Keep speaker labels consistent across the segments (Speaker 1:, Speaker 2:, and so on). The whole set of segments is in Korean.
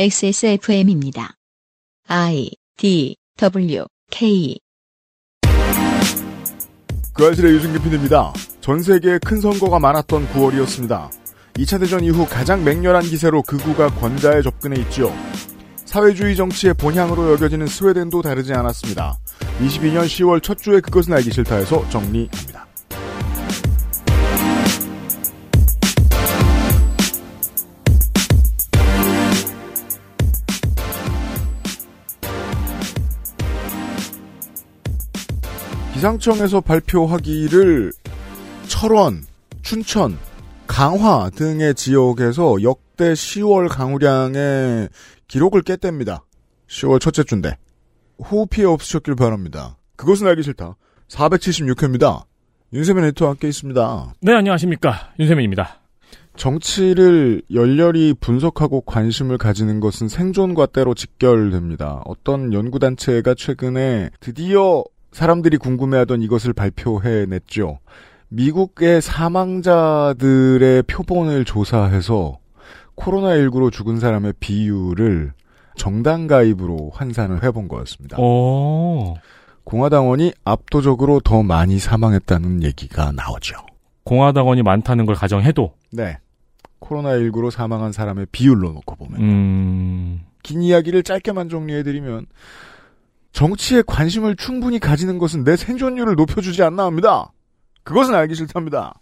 Speaker 1: XSFM입니다. I D W K
Speaker 2: 그알실의 유승규 PD입니다. 전 세계에 큰 선거가 많았던 9월이었습니다. 2차 대전 이후 가장 맹렬한 기세로 극우가 권좌에 접근해 있지요. 사회주의 정치의 본향으로 여겨지는 스웨덴도 다르지 않았습니다. 22년 10월 첫 주에 그것은 알기 싫다에서 정리합니다. 기상청에서 발표하기를 철원, 춘천, 강화 등의 지역에서 역대 10월 강우량의 기록을 깼답니다. 10월 첫째 주인데 호우 피해 없으셨길 바랍니다. 그것은 알기 싫다. 476회입니다. 윤세민 에디터와 함께 있습니다.
Speaker 3: 네, 안녕하십니까. 윤세민입니다.
Speaker 2: 정치를 열렬히 분석하고 관심을 가지는 것은 생존과 때로 직결됩니다. 어떤 연구단체가 최근에 드디어 사람들이 궁금해하던 이것을 발표해냈죠. 미국의 사망자들의 표본을 조사해서 코로나19로 죽은 사람의 비율을 정당 가입으로 환산을 해본 거였습니다.
Speaker 3: 어. 오,
Speaker 2: 공화당원이 압도적으로 더 많이 사망했다는 얘기가 나오죠.
Speaker 3: 공화당원이 많다는 걸 가정해도,
Speaker 2: 네. 코로나19로 사망한 사람의 비율로 놓고
Speaker 3: 네.
Speaker 2: 보면.
Speaker 3: 음,
Speaker 2: 긴 이야기를 짧게만 정리해드리면, 정치에 관심을 충분히 가지는 것은 내 생존율을 높여주지 않나 합니다. 그것은 알기 싫답니다.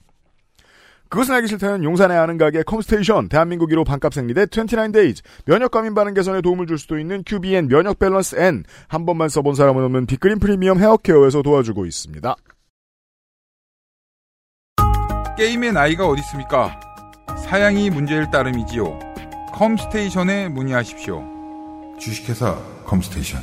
Speaker 2: 그것은 알기 싫다는 용산의 아는 가게 컴스테이션, 대한민국 1호 반값 생리대 29데이즈, 면역 과민 반응 개선에 도움을 줄 수도 있는 QBN 면역 밸런스 N, 한 번만 써본 사람은 없는 빅그린 프리미엄 헤어케어에서 도와주고 있습니다.
Speaker 4: 게임의 나이가 어디 있습니까? 사양이 문제일 따름이지요. 컴스테이션에 문의하십시오. 주식회사 컴스테이션.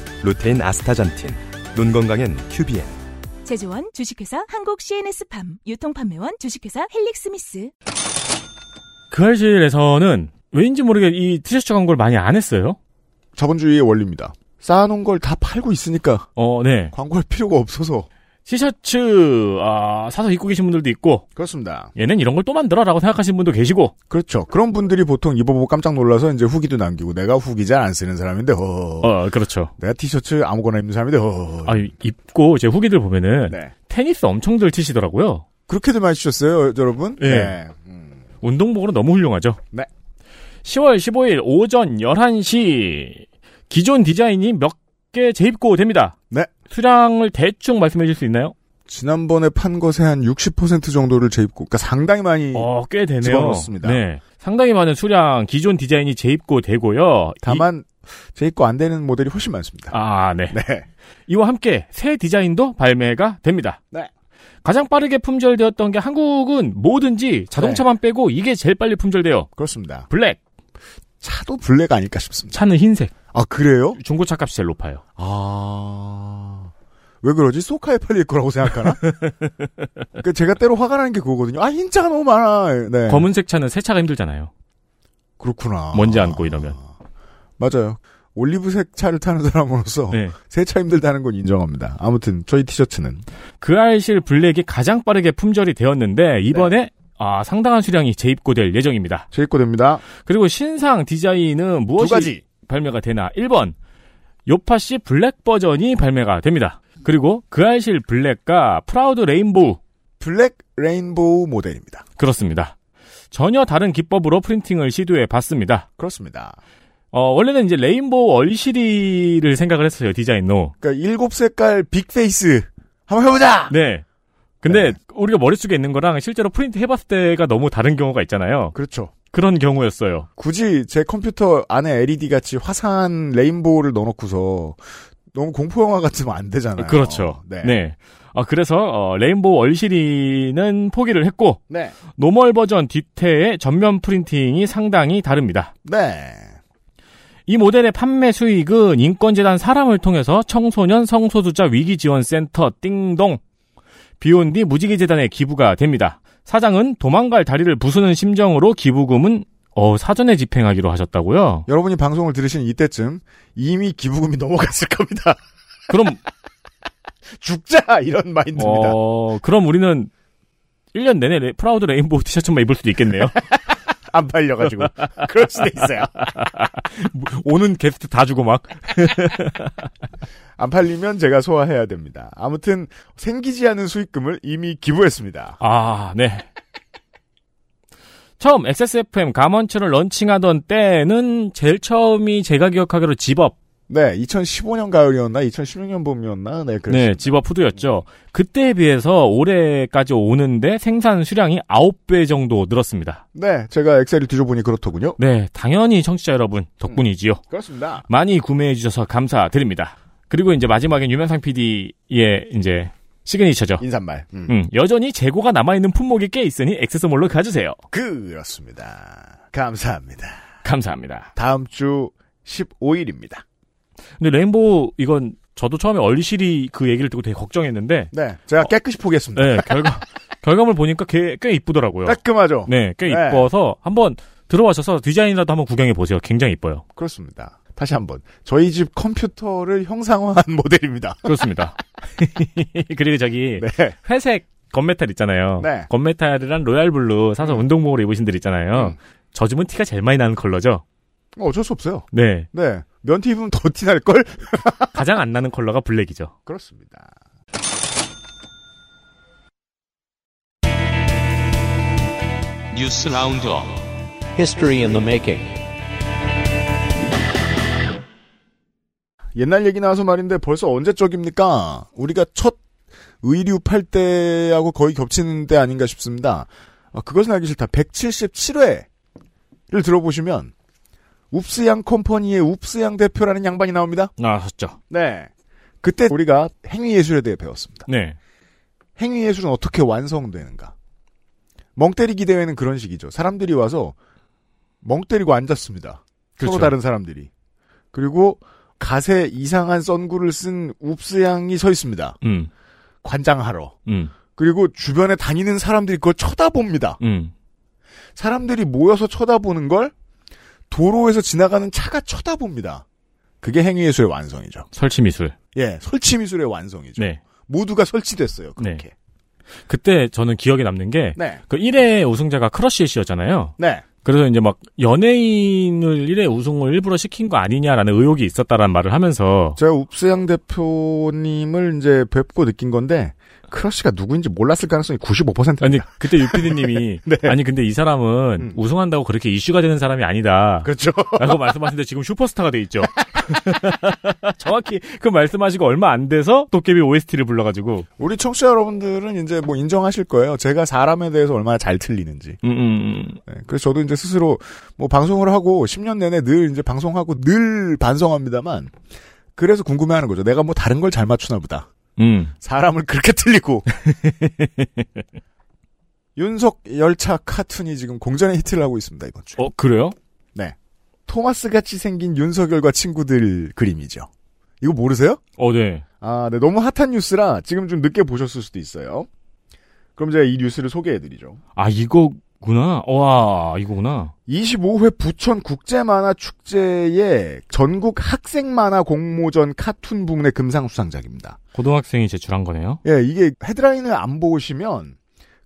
Speaker 5: 루테인 아스타잔틴 눈 건강엔 큐비엔
Speaker 6: 제조원 주식회사 한국 CNS팜 유통판매원 주식회사 헬릭스미스
Speaker 3: 그 할실에서는 왜인지 모르게 이 티셔츠 광고를 많이 안 했어요.
Speaker 2: 자본주의의 원리입니다. 쌓아놓은 걸 다 팔고 있으니까
Speaker 3: 어, 네.
Speaker 2: 광고할 필요가 없어서.
Speaker 3: 티셔츠, 아, 사서 입고 계신 분들도 있고,
Speaker 2: 그렇습니다.
Speaker 3: 얘는 이런 걸 또 만들어라고 생각하시는 분도 계시고,
Speaker 2: 그렇죠. 그런 분들이 보통 입어보고 깜짝 놀라서 이제 후기도 남기고 내가 후기 잘 안 쓰는 사람인데 허.
Speaker 3: 어, 그렇죠.
Speaker 2: 내가 티셔츠 아무거나 입는 사람인데 허.
Speaker 3: 아, 입고 제 후기들 보면은
Speaker 2: 네.
Speaker 3: 테니스 엄청들 치시더라고요.
Speaker 2: 그렇게들 많이 주셨어요, 여러분.
Speaker 3: 예.
Speaker 2: 네. 음.
Speaker 3: 운동복으로 너무 훌륭하죠.
Speaker 2: 네.
Speaker 3: 10월 15일 오전 11시 기존 디자인이 몇 개 재입고 됩니다.
Speaker 2: 네.
Speaker 3: 수량을 대충 말씀해 주실 수 있나요?
Speaker 2: 지난번에 판 것의 한 60% 정도를 재입고, 그러니까 상당히 많이
Speaker 3: 어, 꽤 되네요.
Speaker 2: 집어넣었습니다.
Speaker 3: 네. 상당히 많은 수량 기존 디자인이 재입고 되고요.
Speaker 2: 다만 재입고 안 되는 모델이 훨씬
Speaker 3: 이,
Speaker 2: 많습니다.
Speaker 3: 아, 네.
Speaker 2: 네.
Speaker 3: 이와 함께 새 디자인도 발매가 됩니다.
Speaker 2: 네.
Speaker 3: 가장 빠르게 품절되었던 게 한국은 뭐든지 자동차만
Speaker 2: 네.
Speaker 3: 빼고 이게 제일 빨리 품절돼요.
Speaker 2: 그렇습니다.
Speaker 3: 블랙,
Speaker 2: 차도 블랙 아닐까 싶습니다.
Speaker 3: 차는 흰색,
Speaker 2: 아 그래요?
Speaker 3: 중고차 값이 제일 높아요.
Speaker 2: 아. 왜 그러지? 소카에 팔릴 거라고 생각하나? 그 제가 때로 화가 나는 게 그거거든요. 아, 흰자가 너무 많아. 네.
Speaker 3: 검은색 차는 새 차가 힘들잖아요.
Speaker 2: 그렇구나.
Speaker 3: 먼지 안고 이러면.
Speaker 2: 맞아요. 올리브색 차를 타는 사람으로서
Speaker 3: 네.
Speaker 2: 새 차 힘들다는 건 인정합니다. 아무튼 저희 티셔츠는
Speaker 3: 그 알실 블랙이 가장 빠르게 품절이 되었는데 이번에
Speaker 2: 네.
Speaker 3: 아, 상당한 수량이 재입고될 예정입니다.
Speaker 2: 제 입고 됩니다.
Speaker 3: 그리고 신상 디자인은
Speaker 2: 두
Speaker 3: 무엇이
Speaker 2: 가지.
Speaker 3: 발매가 되나? 1번 요파시 블랙 버전이 발매가 됩니다. 그리고 그 알실 블랙과 프라우드 레인보우
Speaker 2: 블랙 레인보우 모델입니다.
Speaker 3: 그렇습니다. 전혀 다른 기법으로 프린팅을 시도해 봤습니다.
Speaker 2: 그렇습니다.
Speaker 3: 어, 원래는 이제 레인보우 얼시리를 생각을 했어요, 디자인로.
Speaker 2: 그러니까 일곱 색깔 빅페이스 한번 해보자.
Speaker 3: 네. 근데
Speaker 2: 네.
Speaker 3: 우리가 머릿속에 있는 거랑 실제로 프린트 해봤을 때가 너무 다른 경우가 있잖아요.
Speaker 2: 그렇죠.
Speaker 3: 그런 경우였어요.
Speaker 2: 굳이 제 컴퓨터 안에 LED 같이 화사한 레인보우를 넣어놓고서 너무 공포 영화 같으면 안 되잖아요.
Speaker 3: 그렇죠.
Speaker 2: 네.
Speaker 3: 네. 아, 그래서 어, 레인보우 얼시리는 포기를 했고
Speaker 2: 네.
Speaker 3: 노멀 버전 뒤태의 전면 프린팅이 상당히 다릅니다.
Speaker 2: 네.
Speaker 3: 이 모델의 판매 수익은 인권재단 사람을 통해서 청소년 성소수자 위기지원센터 띵동 비온 뒤 무지개재단에 기부가 됩니다. 사장은 도망갈 다리를 부수는 심정으로 기부금은 어, 사전에 집행하기로 하셨다고요?
Speaker 2: 여러분이 방송을 들으신 이때쯤 이미 기부금이 넘어갔을 겁니다.
Speaker 3: 그럼
Speaker 2: 죽자 이런 마인드입니다.
Speaker 3: 어, 그럼 우리는 1년 내내 레- 프라우드 레인보우 티셔츠만 입을 수도 있겠네요.
Speaker 2: 안 팔려가지고 그럴 수도 있어요.
Speaker 3: 오는 게스트 다 주고 막.
Speaker 2: 안 팔리면 제가 소화해야 됩니다. 아무튼 생기지 않은 수익금을 이미 기부했습니다.
Speaker 3: 아, 네. 처음 XSFM 감원츠를 런칭하던 때는 제일 처음이 제가 기억하기로 집업,
Speaker 2: 네, 2015년 가을이었나 2016년 봄이었나 네 그렇습니다.
Speaker 3: 네, 집업 푸드였죠. 그때에 비해서 올해까지 오는데 생산 수량이 9배 정도 늘었습니다.
Speaker 2: 네, 제가 엑셀을 뒤져보니 그렇더군요.
Speaker 3: 네, 당연히 청취자 여러분 덕분이지요.
Speaker 2: 그렇습니다.
Speaker 3: 많이 구매해 주셔서 감사드립니다. 그리고 이제 마지막엔 유명상 PD의 이제 시그니처죠.
Speaker 2: 인사말. 음.
Speaker 3: 음, 여전히 재고가 남아있는 품목이 꽤 있으니 액세서몰로 가주세요.
Speaker 2: 그렇습니다. 감사합니다.
Speaker 3: 감사합니다.
Speaker 2: 다음 주 15일입니다.
Speaker 3: 근데 레인보우 이건 저도 처음에 얼리시리 그 얘기를 듣고 되게 걱정했는데
Speaker 2: 네, 제가 깨끗이 포기했습니다.
Speaker 3: 네, 결과 결과물 보니까 꽤, 꽤 이쁘더라고요.
Speaker 2: 깔끔하죠.
Speaker 3: 네, 꽤
Speaker 2: 그렇죠. 네.
Speaker 3: 이뻐서 한번 들어와셔서 디자인이라도 한번 구경해 보세요. 굉장히 이뻐요.
Speaker 2: 그렇습니다. 다시 한번 저희 집 컴퓨터를 형상화한 모델입니다.
Speaker 3: 그렇습니다. 그리고 저기
Speaker 2: 네,
Speaker 3: 회색 건메탈 있잖아요.
Speaker 2: 네.
Speaker 3: 건메탈이란 로얄블루 사서 운동복으로 입으신 들 있잖아요.
Speaker 2: 음.
Speaker 3: 젖으면 티가 제일 많이 나는 컬러죠.
Speaker 2: 어쩔 수 없어요.
Speaker 3: 네,
Speaker 2: 네, 면티 입으면 더 티 날 걸.
Speaker 3: 가장 안 나는 컬러가 블랙이죠.
Speaker 2: 그렇습니다.
Speaker 7: 뉴스 라운드업 History in the making
Speaker 2: 옛날 얘기 나와서 말인데 벌써 언제적입니까? 우리가 첫 의류 팔 때하고 거의 겹치는 때 아닌가 싶습니다. 아, 그것은 알기 싫다. 177회를 들어보시면 웁스양 컴퍼니의 웁스양 대표라는 양반이 나옵니다.
Speaker 3: 나왔었죠.
Speaker 2: 네. 그때 우리가 행위예술에 대해 배웠습니다.
Speaker 3: 네,
Speaker 2: 행위예술은 어떻게 완성되는가. 멍때리기 대회는 그런 식이죠. 사람들이 와서 멍때리고 앉았습니다.
Speaker 3: 그렇죠.
Speaker 2: 서로 다른 사람들이. 그리고 갓에 이상한 선구를 쓴 웁스양이 서 있습니다.
Speaker 3: 음,
Speaker 2: 관장하러.
Speaker 3: 음,
Speaker 2: 그리고 주변에 다니는 사람들이 그걸 쳐다봅니다.
Speaker 3: 음,
Speaker 2: 사람들이 모여서 쳐다보는 걸 도로에서 지나가는 차가 쳐다봅니다. 그게 행위예술의 완성이죠.
Speaker 3: 설치 미술.
Speaker 2: 예, 설치미술의 완성이죠.
Speaker 3: 네,
Speaker 2: 모두가 설치됐어요. 그렇게.
Speaker 3: 그때 저는 기억에 남는 게
Speaker 2: 네.
Speaker 3: 그 1회 우승자가 크러쉬의 씨였잖아요.
Speaker 2: 네.
Speaker 3: 그래서 이제 막 연예인을 1회 우승을 일부러 시킨 거 아니냐라는 의혹이 있었다라는 말을 하면서
Speaker 2: 제가 웁스양 대표님을 이제 뵙고 느낀 건데 크러쉬가 누구인지 몰랐을 가능성이 95%입니다.
Speaker 3: 아니 그때 유피디님이 아니 근데 이 사람은
Speaker 2: 음.
Speaker 3: 우승한다고 그렇게 이슈가 되는 사람이 아니다.
Speaker 2: 그렇죠.
Speaker 3: 라고 말씀하시는데 지금 슈퍼스타가 돼 있죠. 정확히 그 말씀하시고 얼마 안 돼서 도깨비 OST를 불러가지고
Speaker 2: 우리 청취자 여러분들은 이제 뭐 인정하실 거예요. 제가 사람에 대해서 얼마나 잘 틀리는지.
Speaker 3: 음, 음, 음.
Speaker 2: 네, 그래서 저도 이제 스스로 뭐 방송을 하고 10년 내내 늘 이제 방송하고 늘 반성합니다만 그래서 궁금해하는 거죠. 내가 뭐 다른 걸 잘 맞추나 보다.
Speaker 3: 음.
Speaker 2: 사람을 그렇게 틀리고. 윤석 열차 카툰이 지금 공전의 히트를 하고 있습니다 이번 주에.
Speaker 3: 어 그래요?
Speaker 2: 토마스 같이 생긴 윤석열과 친구들 그림이죠. 이거 모르세요?
Speaker 3: 어 네.
Speaker 2: 아, 네. 너무 핫한 뉴스라 지금 좀 늦게 보셨을 수도 있어요. 그럼 제가 이 뉴스를 소개해드리죠.
Speaker 3: 아 이거구나. 와 이거구나.
Speaker 2: 25회 부천 국제만화축제의 전국 학생만화 공모전 카툰 부문의 금상수상작입니다.
Speaker 3: 고등학생이 제출한 거네요.
Speaker 2: 예, 이게 헤드라인을 안 보시면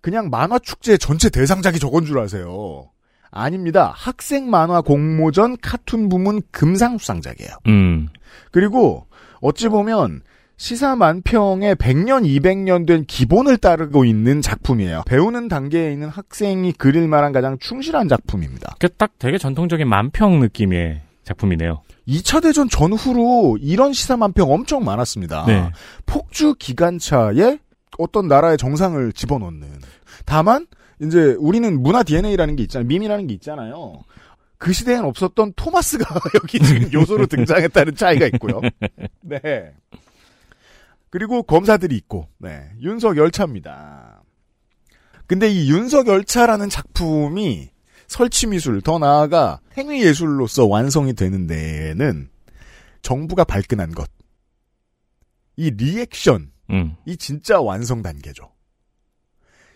Speaker 2: 그냥 만화축제 전체 대상작이 저건 줄 아세요. 아닙니다. 학생만화 공모전 카툰 부문 금상수상작이에요.
Speaker 3: 음.
Speaker 2: 그리고 어찌 보면 시사 만평의 100년, 200년 된 기본을 따르고 있는 작품이에요. 배우는 단계에 있는 학생이 그릴 만한 가장 충실한 작품입니다.
Speaker 3: 그 딱 되게 전통적인 만평 느낌의 작품이네요.
Speaker 2: 2차 대전 전후로 이런 시사 만평 엄청 많았습니다.
Speaker 3: 네.
Speaker 2: 폭주 기관차에 어떤 나라의 정상을 집어넣는. 다만 이제 우리는 문화 DNA라는 게 있잖아요. 밈이라는 게 있잖아요. 그 시대엔 없었던 토마스가 여기 지금 요소로 등장했다는 차이가 있고요. 네. 그리고 검사들이 있고, 네. 윤석 열차입니다. 근데 이 윤석 열차라는 작품이 설치 미술, 더 나아가 행위 예술로서 완성이 되는 데에는 정부가 발끈한 것. 이 리액션,
Speaker 3: 음.
Speaker 2: 이 진짜 완성 단계죠.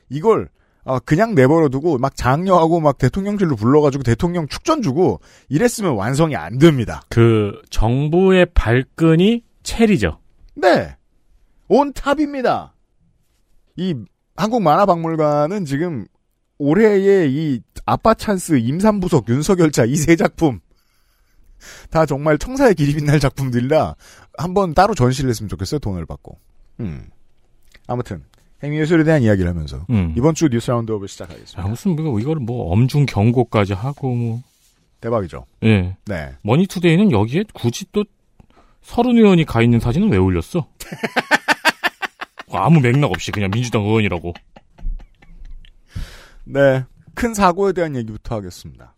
Speaker 2: 이걸 아, 그냥 내버려두고 막 장려하고 막 대통령실로 불러가지고 대통령 축전 주고 이랬으면 완성이 안 됩니다.
Speaker 3: 그 정부의 발끈이 체리죠.
Speaker 2: 네, 온 탑입니다. 이 한국 만화박물관은 지금 올해의 이 아빠 찬스 임산부석 윤석열자 이 세 작품 다 정말 청사의 길이 빛날 작품들이라 한번 따로 전시를 했으면 좋겠어요 돈을 받고. 음. 아무튼 행위예술에 대한 이야기를 하면서
Speaker 3: 음.
Speaker 2: 이번 주 뉴스 라운드업을 시작하겠습니다.
Speaker 3: 아, 무슨 뭐 이거를 뭐 엄중 경고까지 하고 뭐
Speaker 2: 대박이죠.
Speaker 3: 예.
Speaker 2: 네.
Speaker 3: 머니투데이는 여기에 굳이 또 서른 의원이 가 있는 사진은 왜 올렸어? 아무 맥락 없이 그냥 민주당 의원이라고.
Speaker 2: 네. 큰 사고에 대한 얘기부터 하겠습니다.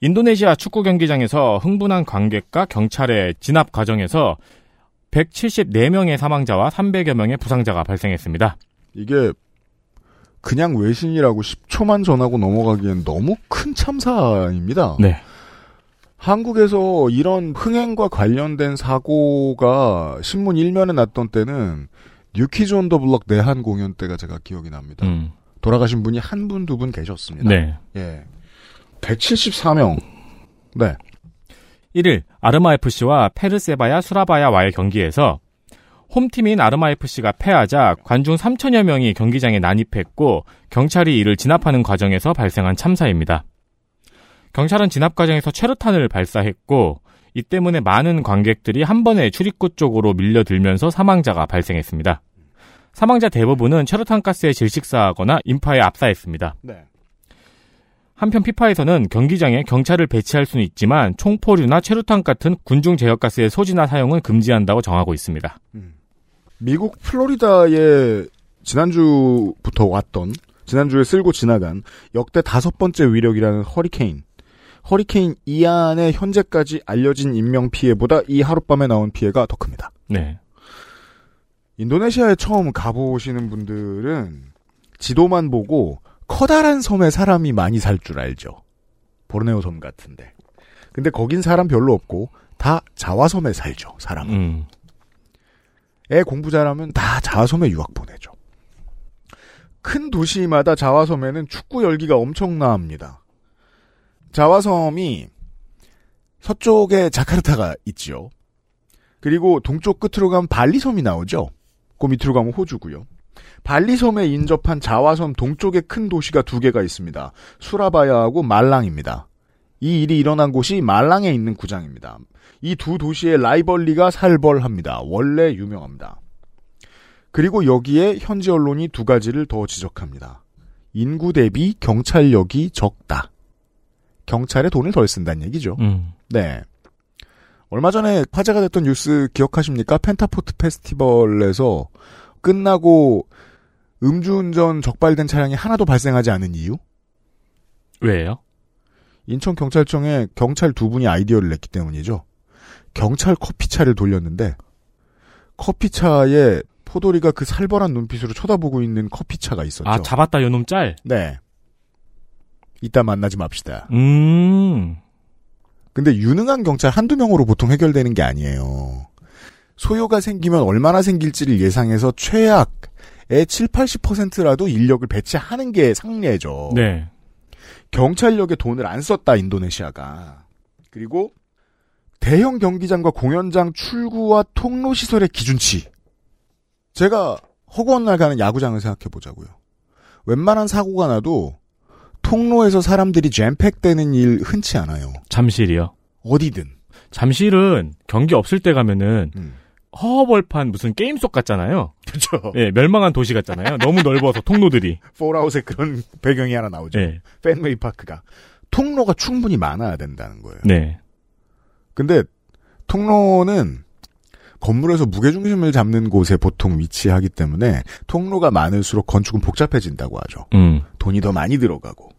Speaker 3: 인도네시아 축구 경기장에서 흥분한 관객과 경찰의 진압 과정에서 174명의 사망자와 300여 명의 부상자가 발생했습니다.
Speaker 2: 이게 그냥 외신이라고 10초만 전하고 넘어가기엔 너무 큰 참사입니다.
Speaker 3: 네.
Speaker 2: 한국에서 이런 흥행과 관련된 사고가 신문 일면에 났던 때는 뉴키즈 온 더 블럭 내한 공연 때가 제가 기억이 납니다.
Speaker 3: 음.
Speaker 2: 돌아가신 분이 한 분, 두 분 계셨습니다.
Speaker 3: 네.
Speaker 2: 예. 174명. 네.
Speaker 3: 1일 아르마 FC와 페르세바야 수라바야와의 경기에서 홈팀인 아르마 FC가 패하자 관중 3천여 명이 경기장에 난입했고 경찰이 이를 진압하는 과정에서 발생한 참사입니다. 경찰은 진압 과정에서 최루탄을 발사했고 이 때문에 많은 관객들이 한 번에 출입구 쪽으로 밀려들면서 사망자가 발생했습니다. 사망자 대부분은 최루탄 가스에 질식사하거나 인파에 압사했습니다.
Speaker 2: 네.
Speaker 3: 한편 피파에서는 경기장에 경찰을 배치할 수는 있지만 총포류나 최루탄 같은 군중 제어가스의 소지나 사용은 금지한다고 정하고 있습니다.
Speaker 2: 미국 플로리다에 지난주부터 왔던 지난주에 쓸고 지나간 역대 다섯 번째 위력이라는 허리케인 허리케인 이안의 현재까지 알려진 인명 피해보다 이 하룻밤에 나온 피해가 더 큽니다.
Speaker 3: 네.
Speaker 2: 인도네시아에 처음 가보시는 분들은 지도만 보고 커다란 섬에 사람이 많이 살 줄 알죠. 보르네오 섬 같은데. 근데 거긴 사람 별로 없고 다 자와섬에 살죠. 사람은.
Speaker 3: 음.
Speaker 2: 애 공부 잘하면 다 자화섬에 유학 보내죠. 큰 도시마다 자화섬에는 축구 열기가 엄청납니다. 자화섬이 서쪽에 자카르타가 있지요. 그리고 동쪽 끝으로 가면 발리섬이 나오죠. 그 밑으로 가면 호주고요. 발리섬에 인접한 자화섬 동쪽에 큰 도시가 두 개가 있습니다. 수라바야하고 말랑입니다. 이 일이 일어난 곳이 말랑에 있는 구장입니다. 이 두 도시의 라이벌리가 살벌합니다. 원래 유명합니다. 그리고 여기에 현지 언론이 두 가지를 더 지적합니다. 인구 대비 경찰력이 적다. 경찰에 돈을 덜 쓴다는 얘기죠.
Speaker 3: 음.
Speaker 2: 네. 얼마 전에 화제가 됐던 뉴스 기억하십니까? 펜타포트 페스티벌에서 끝나고 음주운전 적발된 차량이 하나도 발생하지 않은 이유?
Speaker 3: 왜요?
Speaker 2: 인천경찰청에 경찰 두 분이 아이디어를 냈기 때문이죠. 경찰 커피차를 돌렸는데, 커피차에 포도리가 그 살벌한 눈빛으로 쳐다보고 있는 커피차가 있었죠.
Speaker 3: 아, 잡았다, 요놈 짤.
Speaker 2: 네. 이따 만나지 맙시다.
Speaker 3: 음.
Speaker 2: 근데 유능한 경찰 한두 명으로 보통 해결되는 게 아니에요. 소요가 생기면 얼마나 생길지를 예상해서 최악의 7, 80%라도 인력을 배치하는 게 상례죠.
Speaker 3: 네.
Speaker 2: 경찰력에 돈을 안 썼다 인도네시아가 그리고 대형 경기장과 공연장 출구와 통로 시설의 기준치 제가 허구한 날 가는 야구장을 생각해 보자고요 웬만한 사고가 나도 통로에서 사람들이 잼팩되는 일 흔치 않아요
Speaker 3: 잠실이요.
Speaker 2: 어디든
Speaker 3: 잠실은 경기 없을 때 가면은
Speaker 2: 음.
Speaker 3: 허벌판 무슨 게임 속 같잖아요.
Speaker 2: 그렇죠
Speaker 3: 예, 멸망한 도시 같잖아요. 너무 넓어서 통로들이.
Speaker 2: 폴아웃의 그런 배경이 하나 나오죠
Speaker 3: 예.
Speaker 2: 팬웨이 파크가 통로가 충분히 많아야 된다는 거예요
Speaker 3: 네.
Speaker 2: 근데 통로는 건물에서 무게중심을 잡는 곳에 보통 위치하기 때문에 통로가 많을수록 건축은 복잡해진다고 하죠.
Speaker 3: 음.
Speaker 2: 돈이 더 많이 들어가고.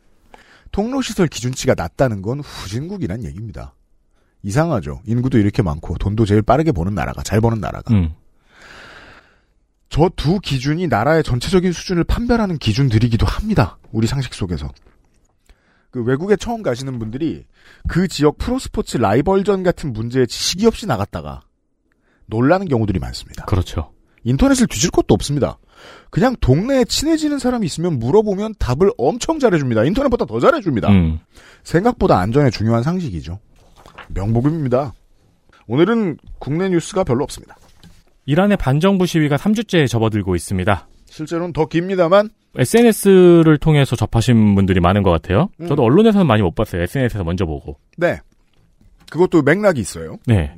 Speaker 2: 통로 시설 기준치가 낮다는 건 후진국이란 얘기입니다. 이상하죠. 인구도 이렇게 많고 돈도 제일 빠르게 버는 나라가 잘 버는 나라가.
Speaker 3: 음.
Speaker 2: 저 두 기준이 나라의 전체적인 수준을 판별하는 기준들이기도 합니다. 우리 상식 속에서. 그 외국에 처음 가시는 분들이 그 지역 프로스포츠 라이벌전 같은 문제에 지식이 없이 나갔다가 놀라는 경우들이 많습니다.
Speaker 3: 그렇죠.
Speaker 2: 인터넷을 뒤질 것도 없습니다. 그냥 동네에 친해지는 사람이 있으면 물어보면 답을 엄청 잘해줍니다. 인터넷보다 더 잘해줍니다.
Speaker 3: 음.
Speaker 2: 생각보다 안전에 중요한 상식이죠. 명복음입니다. 오늘은 국내 뉴스가 별로 없습니다.
Speaker 3: 이란의 반정부 시위가 3주째 접어들고 있습니다.
Speaker 2: 실제로는 더 깁니다만
Speaker 3: SNS를 통해서 접하신 분들이 많은 것 같아요.
Speaker 2: 음.
Speaker 3: 저도 언론에서는 많이 못 봤어요. SNS에서 먼저 보고.
Speaker 2: 네 그것도 맥락이 있어요.
Speaker 3: 네.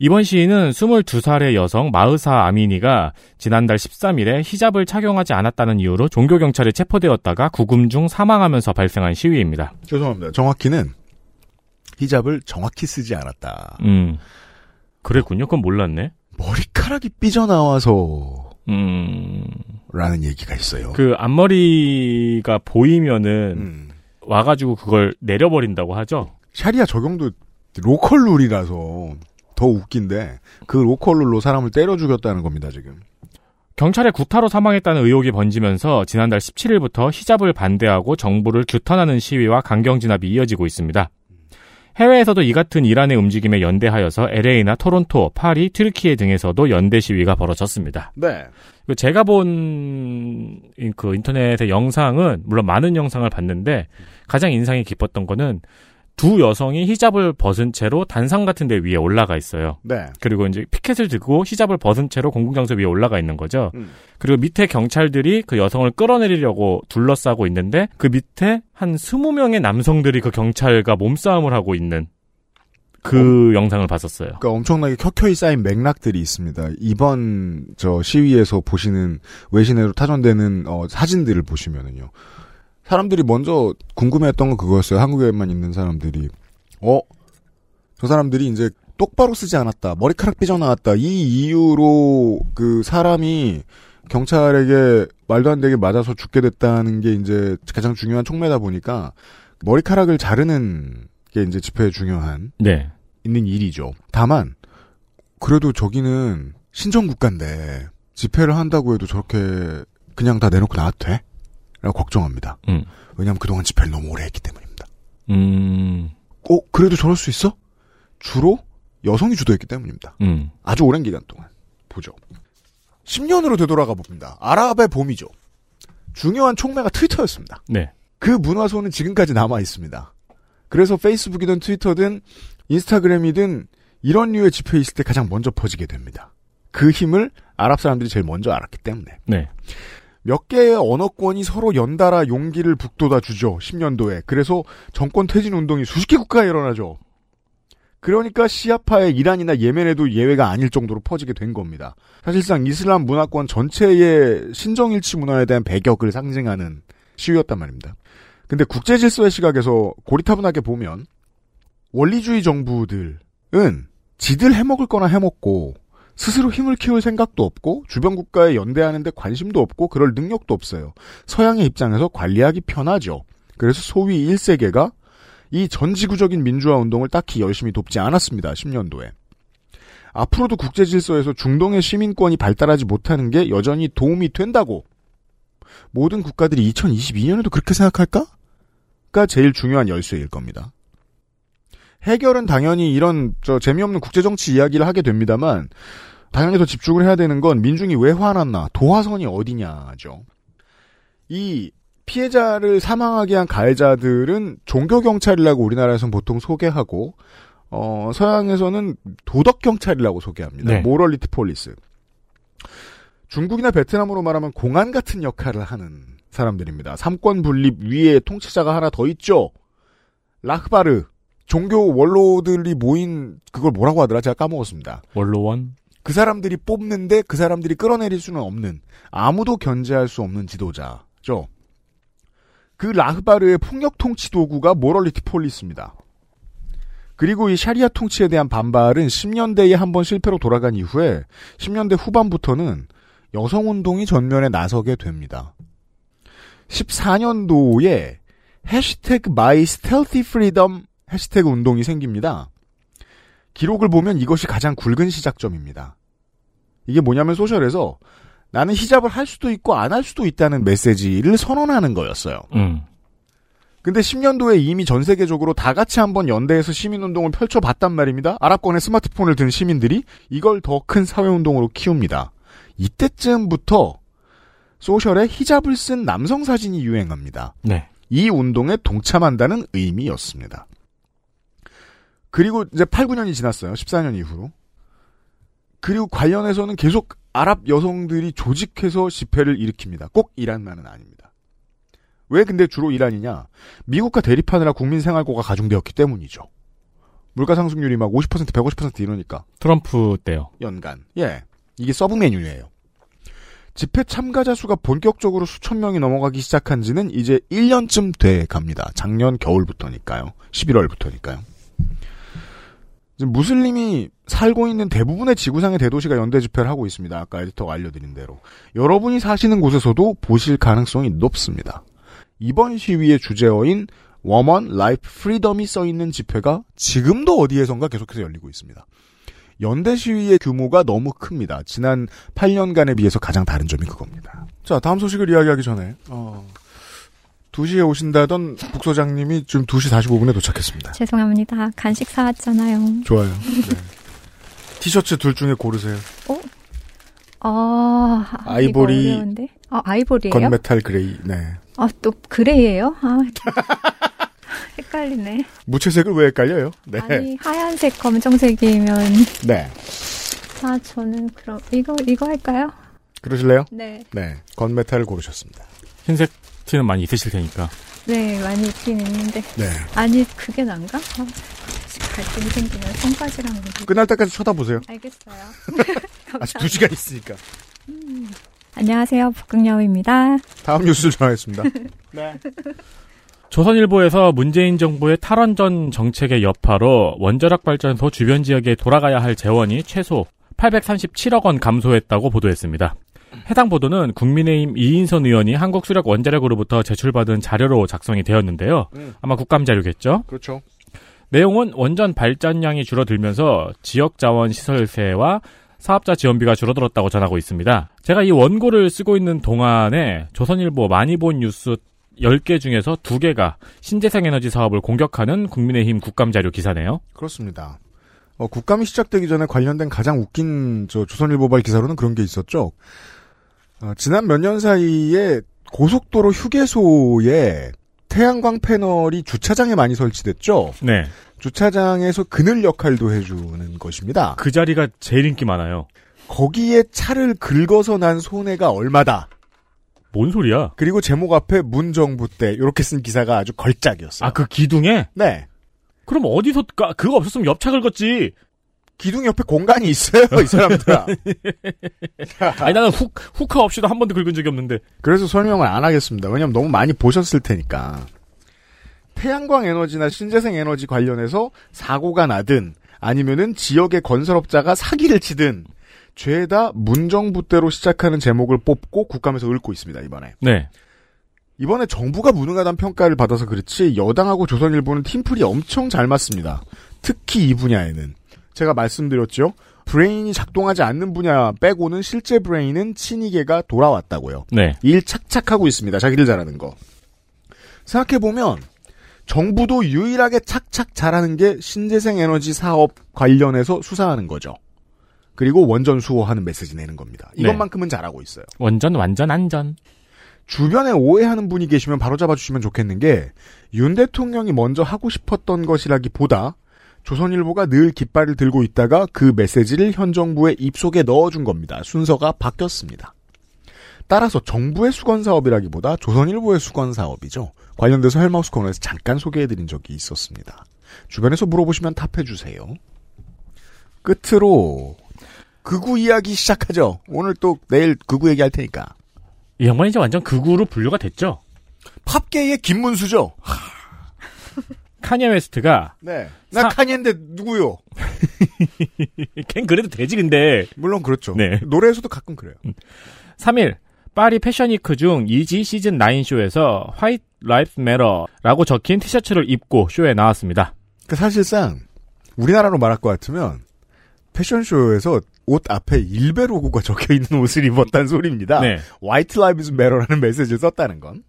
Speaker 3: 이번 시인은 22살의 여성 마으사 아미니가 지난달 13일에 히잡을 착용하지 않았다는 이유로 종교경찰에 체포되었다가 구금 중 사망하면서 발생한 시위입니다.
Speaker 2: 죄송합니다. 정확히는 히잡을 정확히 쓰지 않았다.
Speaker 3: 음. 그랬군요. 그건 몰랐네.
Speaker 2: 머리카락이 삐져나와서라는
Speaker 3: 음.
Speaker 2: 얘기가 있어요.
Speaker 3: 그 앞머리가 보이면은
Speaker 2: 음.
Speaker 3: 와가지고 그걸 내려버린다고 하죠.
Speaker 2: 샤리아 적용도 로컬 룰이라서 더 웃긴데 그 로컬 룰로 사람을 때려 죽였다는 겁니다 지금.
Speaker 3: 경찰의 구타로 사망했다는 의혹이 번지면서 지난달 17일부터 히잡을 반대하고 정부를 규탄하는 시위와 강경 진압이 이어지고 있습니다. 해외에서도 이 같은 이란의 움직임에 연대하여서 LA나 토론토, 파리, 튀르키예 등에서도 연대 시위가 벌어졌습니다.
Speaker 2: 네.
Speaker 3: 그 제가 본 그 인터넷의 영상은 물론 많은 영상을 봤는데 가장 인상이 깊었던 거는 두 여성이 히잡을 벗은 채로 단상 같은 데 위에 올라가 있어요.
Speaker 2: 네.
Speaker 3: 그리고 이제 피켓을 들고 히잡을 벗은 채로 공공장소 위에 올라가 있는 거죠.
Speaker 2: 음.
Speaker 3: 그리고 밑에 경찰들이 그 여성을 끌어내리려고 둘러싸고 있는데 그 밑에 한 20명의 남성들이 그 경찰과 몸싸움을 하고 있는 그 영상을 봤었어요.
Speaker 2: 그러니까 엄청나게 켜켜이 쌓인 맥락들이 있습니다. 이번 저 시위에서 보시는 외신으로 타전되는 어, 사진들을 보시면은요. 사람들이 먼저 궁금해했던 건 그거였어요. 한국에만 있는 사람들이 어? 저 사람들이 이제 똑바로 쓰지 않았다. 머리카락 삐져나왔다. 이 이유로 그 사람이 경찰에게 말도 안 되게 맞아서 죽게 됐다는 게 이제 가장 중요한 촉매다 보니까 머리카락을 자르는 게 이제 집회의 중요한
Speaker 3: 네.
Speaker 2: 있는 일이죠. 다만 그래도 저기는 신정 국가인데 집회를 한다고 해도 저렇게 그냥 다 내놓고 나와도 돼? 라고 걱정합니다.
Speaker 3: 음.
Speaker 2: 왜냐하면 그동안 집회를 너무 오래 했기 때문입니다.
Speaker 3: 음.
Speaker 2: 어 그래도 저럴 수 있어? 주로 여성이 주도했기 때문입니다.
Speaker 3: 음.
Speaker 2: 아주 오랜 기간 동안 보죠. 10년으로 되돌아가 봅니다. 아랍의 봄이죠. 중요한 촉매가 트위터였습니다.
Speaker 3: 네.
Speaker 2: 그 문화소는 지금까지 남아 있습니다. 그래서 페이스북이든 트위터든 인스타그램이든 이런 류의 집회 있을 때 가장 먼저 퍼지게 됩니다. 그 힘을 아랍 사람들이 제일 먼저 알았기 때문에
Speaker 3: 네.
Speaker 2: 몇 개의 언어권이 서로 연달아 용기를 북돋아 주죠. 10년도에 그래서 정권 퇴진 운동이 수십 개 국가에 일어나죠. 그러니까 시아파의 이란이나 예멘에도 예외가 아닐 정도로 퍼지게 된 겁니다. 사실상 이슬람 문화권 전체의 신정일치 문화에 대한 배격을 상징하는 시위였단 말입니다. 근데 국제 질서의 시각에서 고리타분하게 보면 원리주의 정부들은 지들 해먹을 거나 해먹고 스스로 힘을 키울 생각도 없고 주변 국가에 연대하는데 관심도 없고 그럴 능력도 없어요. 서양의 입장에서 관리하기 편하죠. 그래서 소위 1세계가 이 전지구적인 민주화 운동을 딱히 열심히 돕지 않았습니다. 10년도에. 앞으로도 국제 질서에서 중동의 시민권이 발달하지 못하는 게 여전히 도움이 된다고 모든 국가들이 2022년에도 그렇게 생각할까? 가 제일 중요한 열쇠일 겁니다. 해결은 당연히 이런 저 재미없는 국제정치 이야기를 하게 됩니다만 당연히 더 집중을 해야 되는 건 민중이 왜 화났나 도화선이 어디냐죠. 이 피해자를 사망하게 한 가해자들은 종교 경찰이라고 우리나라에서는 보통 소개하고 어, 서양에서는 도덕 경찰이라고 소개합니다.
Speaker 3: 네.
Speaker 2: 모럴리티 폴리스. 중국이나 베트남으로 말하면 공안 같은 역할을 하는 사람들입니다. 삼권 분립 위에 통치자가 하나 더 있죠. 라흐바르. 종교 원로들이 모인 그걸 뭐라고 하더라 제가 까먹었습니다.
Speaker 3: 원로원.
Speaker 2: 그 사람들이 뽑는데 그 사람들이 끌어내릴 수는 없는 아무도 견제할 수 없는 지도자죠. 그 라흐바르의 폭력 통치 도구가 모럴리티 폴리스입니다. 그리고 이 샤리아 통치에 대한 반발은 10년대에 한 번 실패로 돌아간 이후에 10년대 후반부터는 여성 운동이 전면에 나서게 됩니다. 14년도에 해시태그 마이 스텔티 프리덤 해시태그 운동이 생깁니다. 기록을 보면 이것이 가장 굵은 시작점입니다. 이게 뭐냐면 소셜에서 나는 히잡을 할 수도 있고 안 할 수도 있다는 메시지를 선언하는 거였어요.
Speaker 3: 음.
Speaker 2: 근데 10년도에 이미 전 세계적으로 다 같이 한번 연대해서 시민운동을 펼쳐봤단 말입니다. 아랍권에 스마트폰을 든 시민들이 이걸 더 큰 사회운동으로 키웁니다. 이때쯤부터 소셜에 히잡을 쓴 남성 사진이 유행합니다.
Speaker 3: 네.
Speaker 2: 이 운동에 동참한다는 의미였습니다. 그리고 이제 8, 9년이 지났어요. 14년 이후로. 그리고 관련해서는 계속 아랍 여성들이 조직해서 집회를 일으킵니다. 꼭 이란만은 아닙니다. 왜 근데 주로 이란이냐? 미국과 대립하느라 국민 생활고가 가중되었기 때문이죠. 물가 상승률이 막 50%, 150% 이러니까.
Speaker 3: 트럼프 때요.
Speaker 2: 연간. 예. 이게 서브 메뉴예요. 집회 참가자 수가 본격적으로 수천 명이 넘어가기 시작한 지는 이제 1년쯤 돼 갑니다. 작년 겨울부터니까요. 11월부터니까요. 지금 무슬림이 살고 있는 대부분의 지구상의 대도시가 연대 집회를 하고 있습니다. 아까 에디터가 알려드린 대로. 여러분이 사시는 곳에서도 보실 가능성이 높습니다. 이번 시위의 주제어인 워먼 라이프 프리덤이 써있는 집회가 지금도 어디에선가 계속해서 열리고 있습니다. 연대 시위의 규모가 너무 큽니다. 지난 8년간에 비해서 가장 다른 점이 그겁니다. 자, 다음 소식을 이야기하기 전에, 어, 2시에 오신다던 북소장님이 지금 2시 45분에 도착했습니다.
Speaker 8: 죄송합니다. 간식 사왔잖아요.
Speaker 2: 좋아요. 네. 티셔츠 둘 중에 고르세요.
Speaker 8: 어? 아, 이거
Speaker 2: 아이보리
Speaker 8: 어려운데? 아, 아이보리예요?
Speaker 2: 건메탈 그레이, 네.
Speaker 8: 아, 또 그레이예요? 아, 헷갈리네.
Speaker 2: 무채색을 왜 헷갈려요? 네.
Speaker 8: 아니, 하얀색, 검정색이면
Speaker 2: 네.
Speaker 8: 아, 저는 그럼 이거 이거 할까요?
Speaker 2: 그러실래요?
Speaker 8: 네.
Speaker 2: 네. 건메탈을 고르셨습니다.
Speaker 3: 흰색 티는 많이 있으실 테니까.
Speaker 8: 네, 많이 있긴 있는데.
Speaker 2: 네.
Speaker 8: 아니, 그게 난가? 아, 혹시 갈등이 생기면 손바지랑 이렇게-
Speaker 2: 끝날 때까지 쳐다보세요.
Speaker 8: 알겠어요.
Speaker 2: 아직 2시간 있으니까.
Speaker 8: 안녕하세요. 북극여우입니다.
Speaker 2: 다음 뉴스를 전하겠습니다.
Speaker 3: 조선일보에서 문재인 정부의 탈원전 정책의 여파로 원자력 발전소 주변 지역에 돌아가야 할 재원이 최소 837억 원 감소했다고 보도했습니다. 해당 보도는 국민의힘 이인선 의원이 한국수력 원자력으로부터 제출받은 자료로 작성이 되었는데요. 아마 국감 자료겠죠?
Speaker 2: 그렇죠.
Speaker 3: 내용은 원전 발전량이 줄어들면서 지역 자원 시설세와 사업자 지원비가 줄어들었다고 전하고 있습니다. 제가 이 원고를 쓰고 있는 동안에 조선일보 많이 본 뉴스 10개 중에서 2개가 신재생 에너지 사업을 공격하는 국민의힘 국감 자료 기사네요.
Speaker 2: 그렇습니다. 어, 국감이 시작되기 전에 관련된 가장 웃긴 저 조선일보발 기사로는 그런 게 있었죠. 어, 지난 몇 년 사이에 고속도로 휴게소에 태양광 패널이 주차장에 많이 설치됐죠.
Speaker 3: 네.
Speaker 2: 주차장에서 그늘 역할도 해주는 것입니다.
Speaker 3: 그 자리가 제일 인기 많아요.
Speaker 2: 거기에 차를 긁어서 난 손해가 얼마다.
Speaker 3: 뭔 소리야?
Speaker 2: 그리고 제목 앞에 문정부 때 이렇게 쓴 기사가 아주 걸작이었어요.
Speaker 3: 아, 그 기둥에?
Speaker 2: 네.
Speaker 3: 그럼 어디서, 까- 그거 없었으면 옆차 긁었지.
Speaker 2: 기둥 옆에 공간이 있어요, 이 사람들아.
Speaker 3: 아니, 나는 훅, 후카 없이도 한 번도 긁은 적이 없는데.
Speaker 2: 그래서 설명을 안 하겠습니다. 왜냐면 너무 많이 보셨을 테니까. 태양광 에너지나 신재생 에너지 관련해서 사고가 나든 아니면은 지역의 건설업자가 사기를 치든 죄다 문정부대로 시작하는 제목을 뽑고 국감에서 읊고 있습니다, 이번에.
Speaker 3: 네.
Speaker 2: 이번에 정부가 무능하다는 평가를 받아서 그렇지 여당하고 조선일보는 팀플이 엄청 잘 맞습니다. 특히 이 분야에는 제가 말씀드렸죠. 브레인이 작동하지 않는 분야 빼고는 실제 브레인은 친이계가 돌아왔다고요.
Speaker 3: 네.
Speaker 2: 일 착착하고 있습니다. 자기들 잘하는 거. 생각해보면, 정부도 유일하게 착착 잘하는 게 신재생 에너지 사업 관련해서 수사하는 거죠. 그리고 원전 수호하는 메시지 내는 겁니다.
Speaker 3: 네.
Speaker 2: 이것만큼은 잘하고 있어요.
Speaker 3: 원전, 완전, 안전.
Speaker 2: 주변에 오해하는 분이 계시면 바로 잡아주시면 좋겠는 게, 윤 대통령이 먼저 하고 싶었던 것이라기보다, 조선일보가 늘 깃발을 들고 있다가 그 메시지를 현 정부의 입속에 넣어준 겁니다. 순서가 바뀌었습니다. 따라서 정부의 수건 사업이라기보다 조선일보의 수건 사업이죠. 관련돼서 헬마우스 코너에서 잠깐 소개해드린 적이 있었습니다. 주변에서 물어보시면 답해주세요. 끝으로, 극우 이야기 시작하죠. 오늘 또 내일 극우 얘기할 테니까.
Speaker 3: 이 양반이 이제 완전 극우로 분류가 됐죠?
Speaker 2: 팝계의 김문수죠.
Speaker 3: 카냐 웨스트가
Speaker 2: 네. 나
Speaker 3: 사-
Speaker 2: 카니인데 누구요?
Speaker 3: 걘 그래도 되지 근데
Speaker 2: 물론 그렇죠.
Speaker 3: 네. 음.
Speaker 2: 노래에서도 가끔 그래요.
Speaker 3: 3일 파리 패션위크 중 이지 시즌 9 쇼에서 화이트 라이프 매러라고 적힌 티셔츠를 입고 쇼에 나왔습니다.
Speaker 2: 그 사실상 우리나라로 말할 것 같으면 패션쇼에서 옷 앞에 일베 로고가 적혀 있는 옷을 입었다는 소리입니다.
Speaker 3: 네.
Speaker 2: White Lives Matter라는 메시지를 썼다는 건.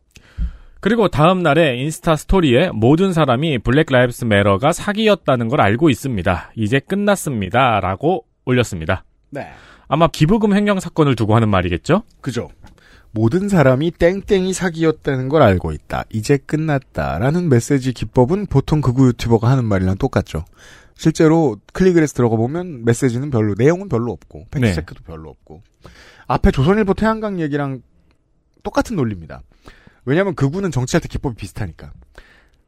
Speaker 3: 그리고 다음 날에 인스타 스토리에 모든 사람이 블랙 라이브스 메러가 사기였다는 걸 알고 있습니다. 이제 끝났습니다. 라고 올렸습니다.
Speaker 2: 네.
Speaker 3: 아마 기부금 횡령 사건을 두고 하는 말이겠죠?
Speaker 2: 그죠. 모든 사람이 땡땡이 사기였다는 걸 알고 있다. 이제 끝났다라는 메시지 기법은 보통 극우 유튜버가 하는 말이랑 똑같죠. 실제로 클릭을 해서 들어가 보면 메시지는 별로 내용은 별로 없고
Speaker 3: 네.
Speaker 2: 팩트체크도 별로 없고 앞에 조선일보 태양광 얘기랑 똑같은 논리입니다. 왜냐하면 극우는 정치할 때 기법이 비슷하니까.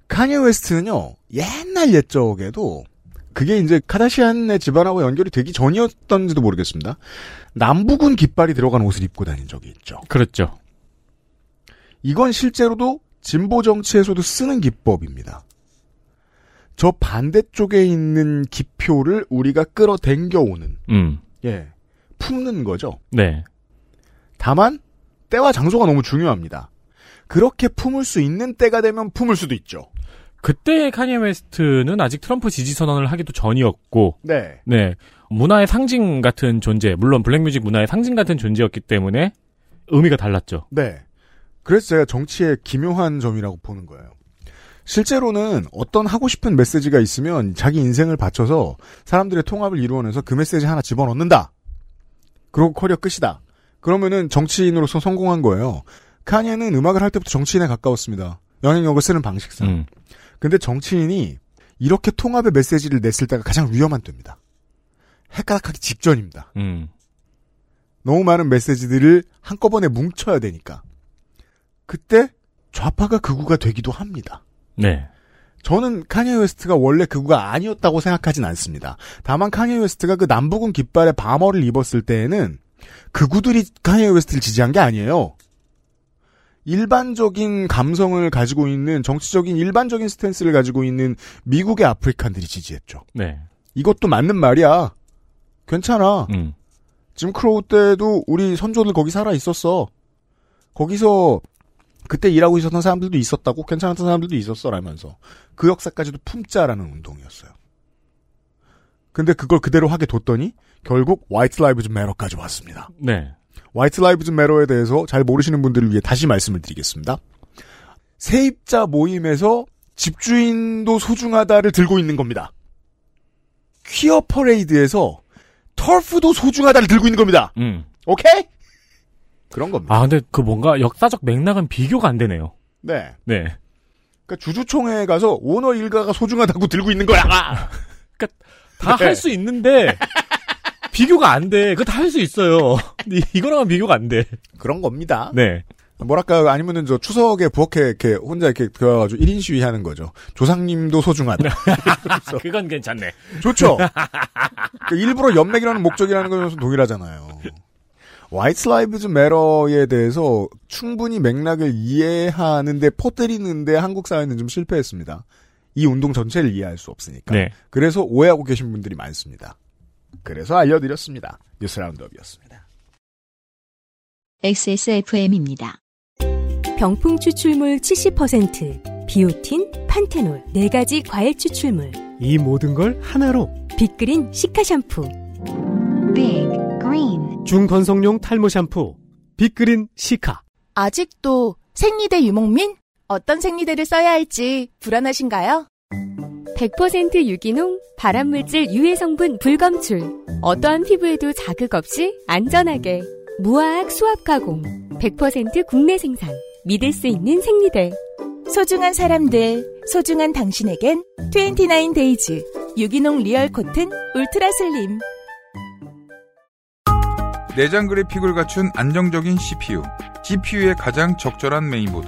Speaker 2: 카니에 웨스트는요 옛날 옛적에도 그게 이제 카다시안의 집안하고 연결이 되기 전이었던지도 모르겠습니다. 남부군 깃발이 들어간 옷을 입고 다닌 적이 있죠.
Speaker 3: 그렇죠.
Speaker 2: 이건 실제로도 진보 정치에서도 쓰는 기법입니다. 저 반대쪽에 있는 기표를 우리가 끌어당겨오는,
Speaker 3: 음.
Speaker 2: 예, 품는 거죠.
Speaker 3: 네.
Speaker 2: 다만, 때와 장소가 너무 중요합니다. 그렇게 품을 수 있는 때가 되면 품을 수도 있죠.
Speaker 3: 그때 카니에 웨스트는 아직 트럼프 지지 선언을 하기도 전이었고
Speaker 2: 네.
Speaker 3: 네. 문화의 상징 같은 존재, 물론 블랙뮤직 문화의 상징 같은 존재였기 때문에 의미가 달랐죠.
Speaker 2: 네. 그래서 제가 정치의 기묘한 점이라고 보는 거예요. 실제로는 어떤 하고 싶은 메시지가 있으면 자기 인생을 바쳐서 사람들의 통합을 이루어내서 그 메시지 하나 집어넣는다. 그러고 커리어 끝이다. 그러면은 정치인으로서 성공한 거예요. 카니에는 음악을 할 때부터 정치인에 가까웠습니다. 영향력을 쓰는 방식상.
Speaker 3: 음.
Speaker 2: 근데 정치인이 이렇게 통합의 메시지를 냈을 때가 가장 위험한 때입니다. 헷가닥하기 직전입니다.
Speaker 3: 음.
Speaker 2: 너무 많은 메시지들을 한꺼번에 뭉쳐야 되니까. 그때 좌파가 극우가 되기도 합니다.
Speaker 3: 네.
Speaker 2: 저는 카니에 웨스트가 원래 극우가 아니었다고 생각하진 않습니다. 다만 카니에 웨스트가 그 남부군 깃발에 바머를 입었을 때에는 극우들이 카니에 웨스트를 지지한 게 아니에요. 일반적인 감성을 가지고 있는 정치적인 일반적인 스탠스를 가지고 있는 미국의 아프리칸들이 지지했죠.
Speaker 3: 네.
Speaker 2: 이것도 맞는 말이야. 괜찮아.
Speaker 3: 음.
Speaker 2: 짐 크로우 때도 우리 선조들 거기 살아 있었어. 거기서 그때 일하고 있었던 사람들도 있었다고 괜찮았던 사람들도 있었어라면서 그 역사까지도 품자라는 운동이었어요. 근데 그걸 그대로 하게 뒀더니 결국 화이트 라이브즈 매러까지 왔습니다.
Speaker 3: 네.
Speaker 2: 화이트 라이브즈 매러에 대해서 잘 모르시는 분들을 위해 다시 말씀을 드리겠습니다. 세입자 모임에서 집주인도 소중하다를 들고 있는 겁니다. 퀴어 퍼레이드에서 털프도 소중하다를 들고 있는 겁니다.
Speaker 3: 음.
Speaker 2: 오케이? 그런 겁니다.
Speaker 3: 아, 근데 그 뭔가 역사적 맥락은 비교가 안 되네요.
Speaker 2: 네.
Speaker 3: 네.
Speaker 2: 그러니까 주주총회에 가서 오너 일가가 소중하다고 들고 있는 거야.
Speaker 3: 다
Speaker 2: 네.
Speaker 3: 할 수 있는데 비교가 안 돼. 그거 다 할 수 있어요. 근데 이- 이거랑은 비교가 안 돼.
Speaker 2: 그런 겁니다.
Speaker 3: 네.
Speaker 2: 뭐랄까 아니면은 저 추석에 부엌에 이렇게 혼자 이렇게 들어가가지고 1인 시위하는 거죠. 조상님도 소중하다.
Speaker 3: 그건 괜찮네.
Speaker 2: 좋죠. 그러니까 일부러 연맥이라는 목적이라는 거면서 동일하잖아요. 화이트 라이브즈 메러에 대해서 충분히 맥락을 이해하는데 퍼뜨리는데 한국 사회는 좀 실패했습니다. 이 운동 전체를 이해할 수 없으니까.
Speaker 3: 네.
Speaker 2: 그래서 오해하고 계신 분들이 많습니다. 그래서 알려드렸습니다. 뉴스 라운드업이었습니다.
Speaker 1: XSFM입니다.
Speaker 9: 병풍 추출물 70%, 비오틴, 판테놀 4가지 과일 추출물,
Speaker 10: 이 모든 걸 하나로
Speaker 9: 빅그린 시카 샴푸,
Speaker 11: Big green.
Speaker 10: 중건성용 탈모 샴푸 빅그린 시카
Speaker 6: 아직도 생리대 유목민? 어떤 생리대를 써야 할지 불안하신가요?
Speaker 9: 100% 유기농, 발암물질 유해 성분 불검출. 어떠한 피부에도 자극 없이 안전하게 무화학 수압 가공. 100% 국내 생산. 믿을 수 있는 생리대.
Speaker 12: 소중한 사람들, 소중한 당신에겐 29 데이즈 유기농 리얼 코튼 울트라 슬림
Speaker 4: 내장 그래픽을 갖춘 안정적인 CPU, GPU의 가장 적절한 메인보드.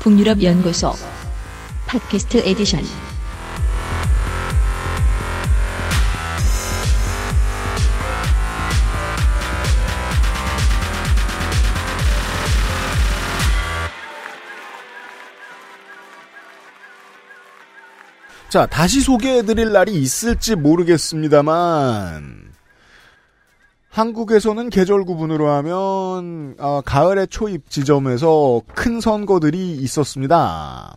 Speaker 1: 북유럽 연구소 팟캐스트 에디션
Speaker 2: 자, 다시 소개해드릴 날이 있을지 모르겠습니다만, 한국에서는 계절 구분으로 하면, 아, 가을의 초입 지점에서 큰 선거들이 있었습니다.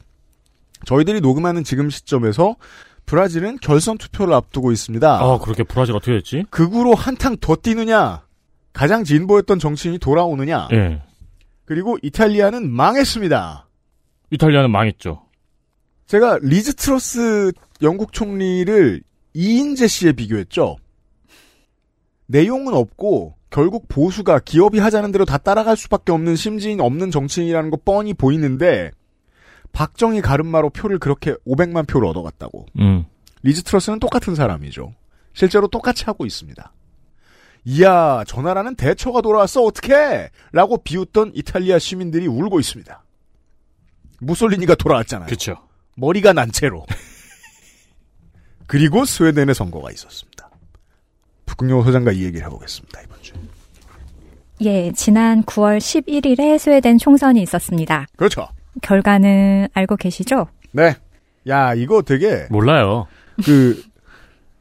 Speaker 2: 저희들이 녹음하는 지금 시점에서 브라질은 결선 투표를 앞두고 있습니다.
Speaker 3: 아, 그렇게 브라질 어떻게 됐지?
Speaker 2: 극으로 한탕 더 뛰느냐, 가장 진보했던 정치인이 돌아오느냐,
Speaker 3: 예.
Speaker 2: 그리고 이탈리아는 망했습니다.
Speaker 3: 이탈리아는 망했죠.
Speaker 2: 제가 리즈 트러스 영국 총리를 이인재 씨에 비교했죠. 내용은 없고 결국 보수가 기업이 하자는 대로 다 따라갈 수밖에 없는 심지인 없는 정치인이라는 거 뻔히 보이는데 박정희 가름마로 표를 그렇게 500만 표를 얻어갔다고.
Speaker 3: 음.
Speaker 2: 리즈 트러스는 똑같은 사람이죠. 실제로 똑같이 하고 있습니다. 이야, 저 나라는 대처가 돌아왔어, 어떡해! 라고 비웃던 이탈리아 시민들이 울고 있습니다. 무솔리니가 돌아왔잖아요.
Speaker 3: 그쵸.
Speaker 2: 머리가 난 채로. 그리고 스웨덴의 선거가 있었습니다. 북극용 소장과 이 얘기를 해보겠습니다, 이번 주에.
Speaker 13: 예, 지난 9월 11일에 스웨덴 총선이 있었습니다.
Speaker 2: 그렇죠.
Speaker 13: 결과는 알고 계시죠?
Speaker 2: 네. 야, 이거 되게.
Speaker 3: 몰라요.
Speaker 2: 그,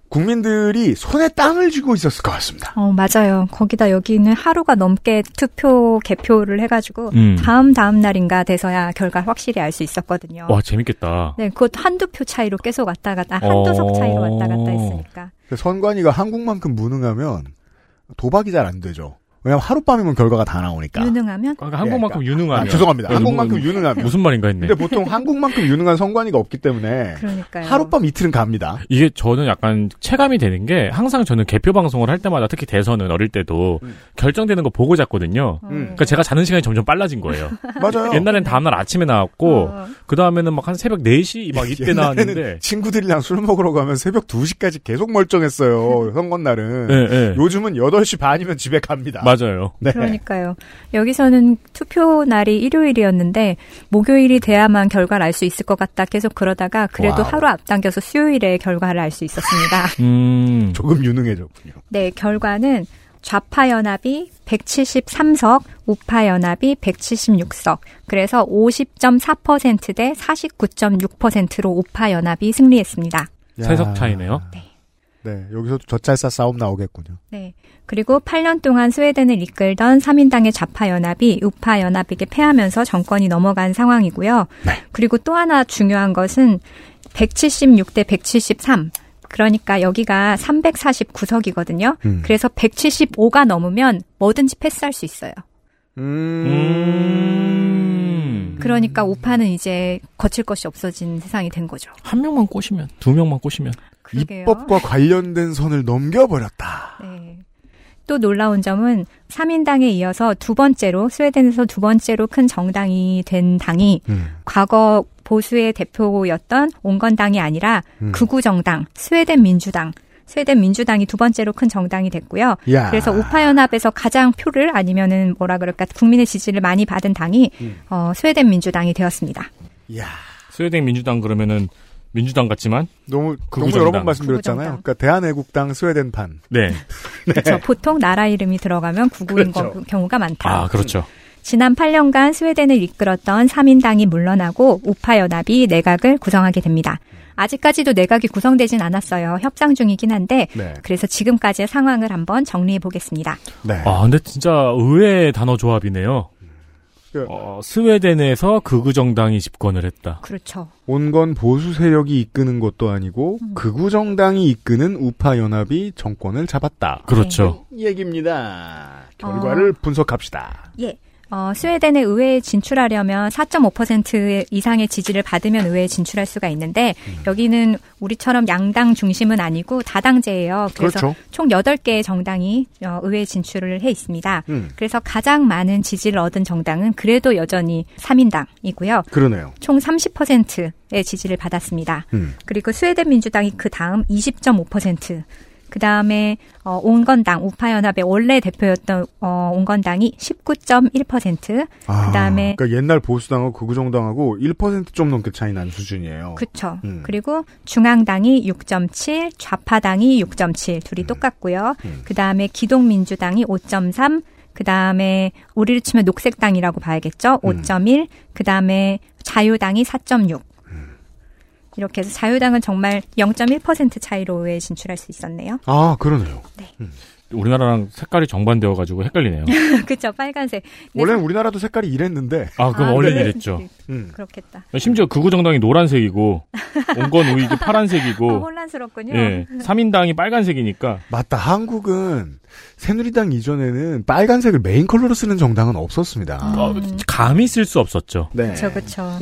Speaker 2: 국민들이 손에 땀을 쥐고 있었을 것 같습니다.
Speaker 13: 어, 맞아요. 거기다 여기는 하루가 넘게 투표 개표를 해가지고
Speaker 3: 음.
Speaker 13: 다음 다음 날인가 돼서야 결과 확실히 알 수 있었거든요.
Speaker 3: 와, 재밌겠다.
Speaker 13: 네, 그것 한두 표 차이로 계속 왔다 갔다 한두 석 차이로 왔다
Speaker 2: 어.
Speaker 13: 갔다 했으니까.
Speaker 2: 근데 그 선관위가 한국만큼 무능하면 도박이 잘 안 되죠. 왜냐면 하룻밤이면 결과가 다 나오니까.
Speaker 13: 유능하면?
Speaker 3: 그러니까 한국만큼 네, 유능한.
Speaker 2: 아, 죄송합니다. 한국만큼 유능한.
Speaker 3: 무슨 말인가 했네.
Speaker 2: 근데 보통 한국만큼 유능한 선관위가 없기 때문에
Speaker 13: 그러니까요.
Speaker 2: 하룻밤 이틀은 갑니다.
Speaker 3: 이게 저는 약간 체감이 되는 게 항상 저는 개표 방송을 할 때마다 특히 대선은 어릴 때도 결정되는 거 보고
Speaker 13: 어.
Speaker 3: 잤거든요.
Speaker 2: 음,
Speaker 3: 그러니까 제가 자는 시간이 점점 빨라진 거예요.
Speaker 2: 맞아요.
Speaker 3: 옛날엔 다음날 아침에 나왔고
Speaker 13: 어.
Speaker 3: 그 다음에는 막 한 새벽 4시 막 이때
Speaker 2: 옛날에는
Speaker 3: 나왔는데
Speaker 2: 친구들이랑 술 먹으러 가면 새벽 2시까지 계속 멀쩡했어요. 선거 날은.
Speaker 3: 예, 예.
Speaker 2: 요즘은 8시 반이면 집에 갑니다.
Speaker 3: 맞아요.
Speaker 2: 네.
Speaker 13: 그러니까요. 여기서는 투표 날이 일요일이었는데 목요일이 돼야만 결과를 알 수 있을 것 같다 계속 그러다가 그래도
Speaker 2: 와우.
Speaker 13: 하루 앞당겨서 수요일에 결과를 알 수 있었습니다.
Speaker 3: 음.
Speaker 2: 조금 유능해졌군요.
Speaker 13: 네, 결과는 좌파 연합이 173석, 우파 연합이 176석. 그래서 50.4%대 49.6%로 우파 연합이 승리했습니다.
Speaker 3: 세석 차이네요.
Speaker 2: 네. 여기서도 젖잘싸 싸움 나오겠군요.
Speaker 13: 네. 그리고 8년 동안 스웨덴을 이끌던 3인당의 좌파 연합이 우파 연합에게 패하면서 정권이 넘어간 상황이고요. 그리고 또 하나 중요한 것은 176대 173. 그러니까 여기가 349석이거든요.
Speaker 2: 음.
Speaker 13: 그래서 175가 넘으면 뭐든지 패스할 수 있어요.
Speaker 3: 음.
Speaker 2: 음.
Speaker 13: 그러니까 우파는 이제 거칠 것이 없어진 세상이 된 거죠.
Speaker 3: 한 명만 꼬시면. 두 명만 꼬시면.
Speaker 13: 그러게요.
Speaker 2: 입법과 관련된 선을 넘겨버렸다.
Speaker 13: 네. 또 놀라운 점은 3인당에 이어서 두 번째로 스웨덴에서 두 번째로 큰 정당이 된 당이
Speaker 3: 음.
Speaker 13: 과거 보수의 대표였던 온건당이 아니라
Speaker 14: 음.
Speaker 13: 극우 정당 스웨덴 민주당 스웨덴 민주당이 두 번째로 큰 정당이 됐고요.
Speaker 2: 아.
Speaker 14: 야.
Speaker 13: 그래서 우파 연합에서 가장 표를 아니면은 뭐라 그럴까 국민의 지지를 많이 받은 당이
Speaker 3: 음.
Speaker 13: 어, 스웨덴 민주당이 되었습니다.
Speaker 3: 스웨덴 민주당 그러면은 민주당 같지만
Speaker 2: 너무 너무
Speaker 3: 극우정당.
Speaker 2: 여러 번 말씀드렸잖아요. 그러니까 대한애국당 스웨덴판.
Speaker 3: 네.
Speaker 13: 그렇죠. 보통 나라 이름이 들어가면 구구인
Speaker 2: 그렇죠.
Speaker 13: 경우가 많다.
Speaker 3: 아, 그렇죠.
Speaker 13: 지난 8년간 스웨덴을 이끌었던 3인당이 물러나고 우파 연합이 내각을 구성하게 됩니다. 아직까지도 내각이 구성되진 않았어요. 협상 중이긴 한데
Speaker 3: 네.
Speaker 13: 그래서 지금까지의 상황을 한번 정리해 보겠습니다.
Speaker 2: 네.
Speaker 3: 아, 근데 진짜 의외의 단어 조합이네요.
Speaker 2: 그
Speaker 3: 어, 스웨덴에서 극우 정당이 집권을 했다.
Speaker 13: 그렇죠.
Speaker 2: 온건 보수 세력이 이끄는 것도 아니고
Speaker 13: 음.
Speaker 2: 극우 정당이 이끄는 우파 연합이 정권을 잡았다.
Speaker 3: 그렇죠.
Speaker 2: 이 얘기입니다. 결과를
Speaker 13: 어.
Speaker 2: 분석합시다.
Speaker 13: 예. 어, 스웨덴의 의회에 진출하려면 4.5% 이상의 지지를 받으면 의회에 진출할 수가 있는데 여기는 우리처럼 양당 중심은 아니고 다당제예요. 그래서
Speaker 14: 그렇죠.
Speaker 13: 총 8개의 정당이 어, 의회에 진출을 해 있습니다.
Speaker 14: 음.
Speaker 13: 그래서 가장 많은 지지를 얻은 정당은 그래도 여전히 3인당이고요.
Speaker 2: 그러네요.
Speaker 13: 총 30%의 지지를 받았습니다.
Speaker 2: 음.
Speaker 13: 그리고 스웨덴 민주당이 그 다음 20.5%, 그 다음에 어, 온건당 우파연합의 원래 대표였던 어, 온건당이 19.1%,
Speaker 2: 아,
Speaker 13: 그 다음에
Speaker 2: 그러니까 옛날 보수당하고 극우 정당하고 1%좀 넘게 차이 난
Speaker 3: 어.
Speaker 2: 수준이에요.
Speaker 13: 그쵸.
Speaker 2: 음.
Speaker 13: 그리고 중앙당이 6.7, 좌파당이 6.7, 둘이
Speaker 3: 음.
Speaker 13: 똑같고요. 그 다음에 기독민주당이 5.3, 그 다음에 우리를 치면
Speaker 3: 음.
Speaker 13: 녹색당이라고 봐야겠죠. 5.1, 그 다음에 자유당이 4.6. 이렇게 해서 자유당은 정말 0.1% 차이로 의회에 진출할 수 있었네요.
Speaker 2: 아, 그러네요.
Speaker 3: 우리나라랑 색깔이 정반되어가지고 헷갈리네요.
Speaker 13: 그쵸, 빨간색. 네,
Speaker 2: 원래는 우리나라도 색깔이 이랬는데. 음.
Speaker 3: 아, 그럼
Speaker 13: 아,
Speaker 3: 원래
Speaker 13: 네.
Speaker 3: 이랬죠.
Speaker 13: 그렇겠다.
Speaker 3: 심지어 극우 정당이 노란색이고 온건 우익이
Speaker 13: 아,
Speaker 3: 파란색이고
Speaker 13: 혼란스럽군요.
Speaker 3: 예, 3인당이 빨간색이니까
Speaker 2: 맞다. 한국은 새누리당 이전에는 빨간색을 메인 컬러로 쓰는 정당은 없었습니다.
Speaker 3: 어, 감히 쓸 수 없었죠.
Speaker 2: 네.
Speaker 13: 음. 그렇죠, 그렇죠.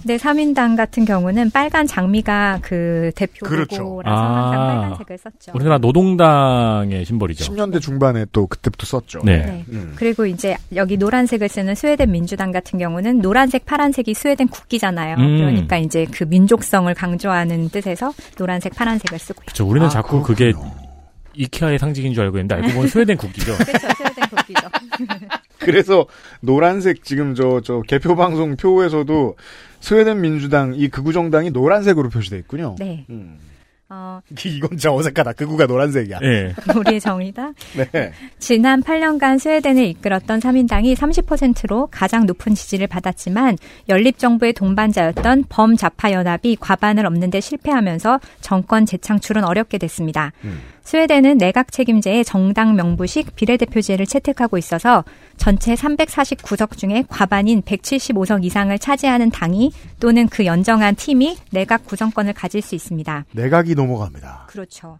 Speaker 13: 근데 3인당 같은 경우는 빨간 장미가 그 대표
Speaker 2: 그렇죠.
Speaker 13: 로고라서 항상
Speaker 3: 아.
Speaker 13: 빨간색을 썼죠.
Speaker 3: 우리나라 노동당의 심벌이죠.
Speaker 2: 10년대 중반에 또 그때부터 썼죠.
Speaker 3: 네.
Speaker 13: 네.
Speaker 2: 음.
Speaker 13: 그리고 이제 여기 노란색을 쓰는 스웨덴 민주당 같은 경우는 노란색, 파란색이 스웨덴 국기잖아요.
Speaker 3: 음.
Speaker 13: 그러니까 이제 그 민족성을 강조하는 뜻에서 노란색, 파란색을 쓰고 있죠.
Speaker 3: 그렇죠.
Speaker 2: 아,
Speaker 3: 우리는 자꾸 그게 이케아의 상징인 줄 알고 있는데 알고 보면 스웨덴 국기죠.
Speaker 13: 그렇죠.
Speaker 2: 그래서 노란색 지금 저 저 개표 방송 표에서도 스웨덴 민주당 이 극우 정당이 노란색으로 표시돼 있군요.
Speaker 13: 네.
Speaker 2: 음.
Speaker 13: 어,
Speaker 2: 이건 진짜 어색하다. 극우가 노란색이야.
Speaker 3: 네.
Speaker 13: 우리의 정의다.
Speaker 2: 네.
Speaker 13: 지난 8년간 스웨덴을 이끌었던 3인당이 30%로 가장 높은 지지를 받았지만 연립정부의 동반자였던 범자파연합이 과반을 얻는데 실패하면서 정권 재창출은 어렵게 됐습니다. 스웨덴은 내각 책임제의 정당 명부식 비례대표제를 채택하고 있어서 전체 349석 중에 과반인 175석 이상을 차지하는 당이 또는 그 연정한 팀이 내각 구성권을 가질 수 있습니다.
Speaker 2: 네 내각이 넘어갑니다.
Speaker 13: 그렇죠.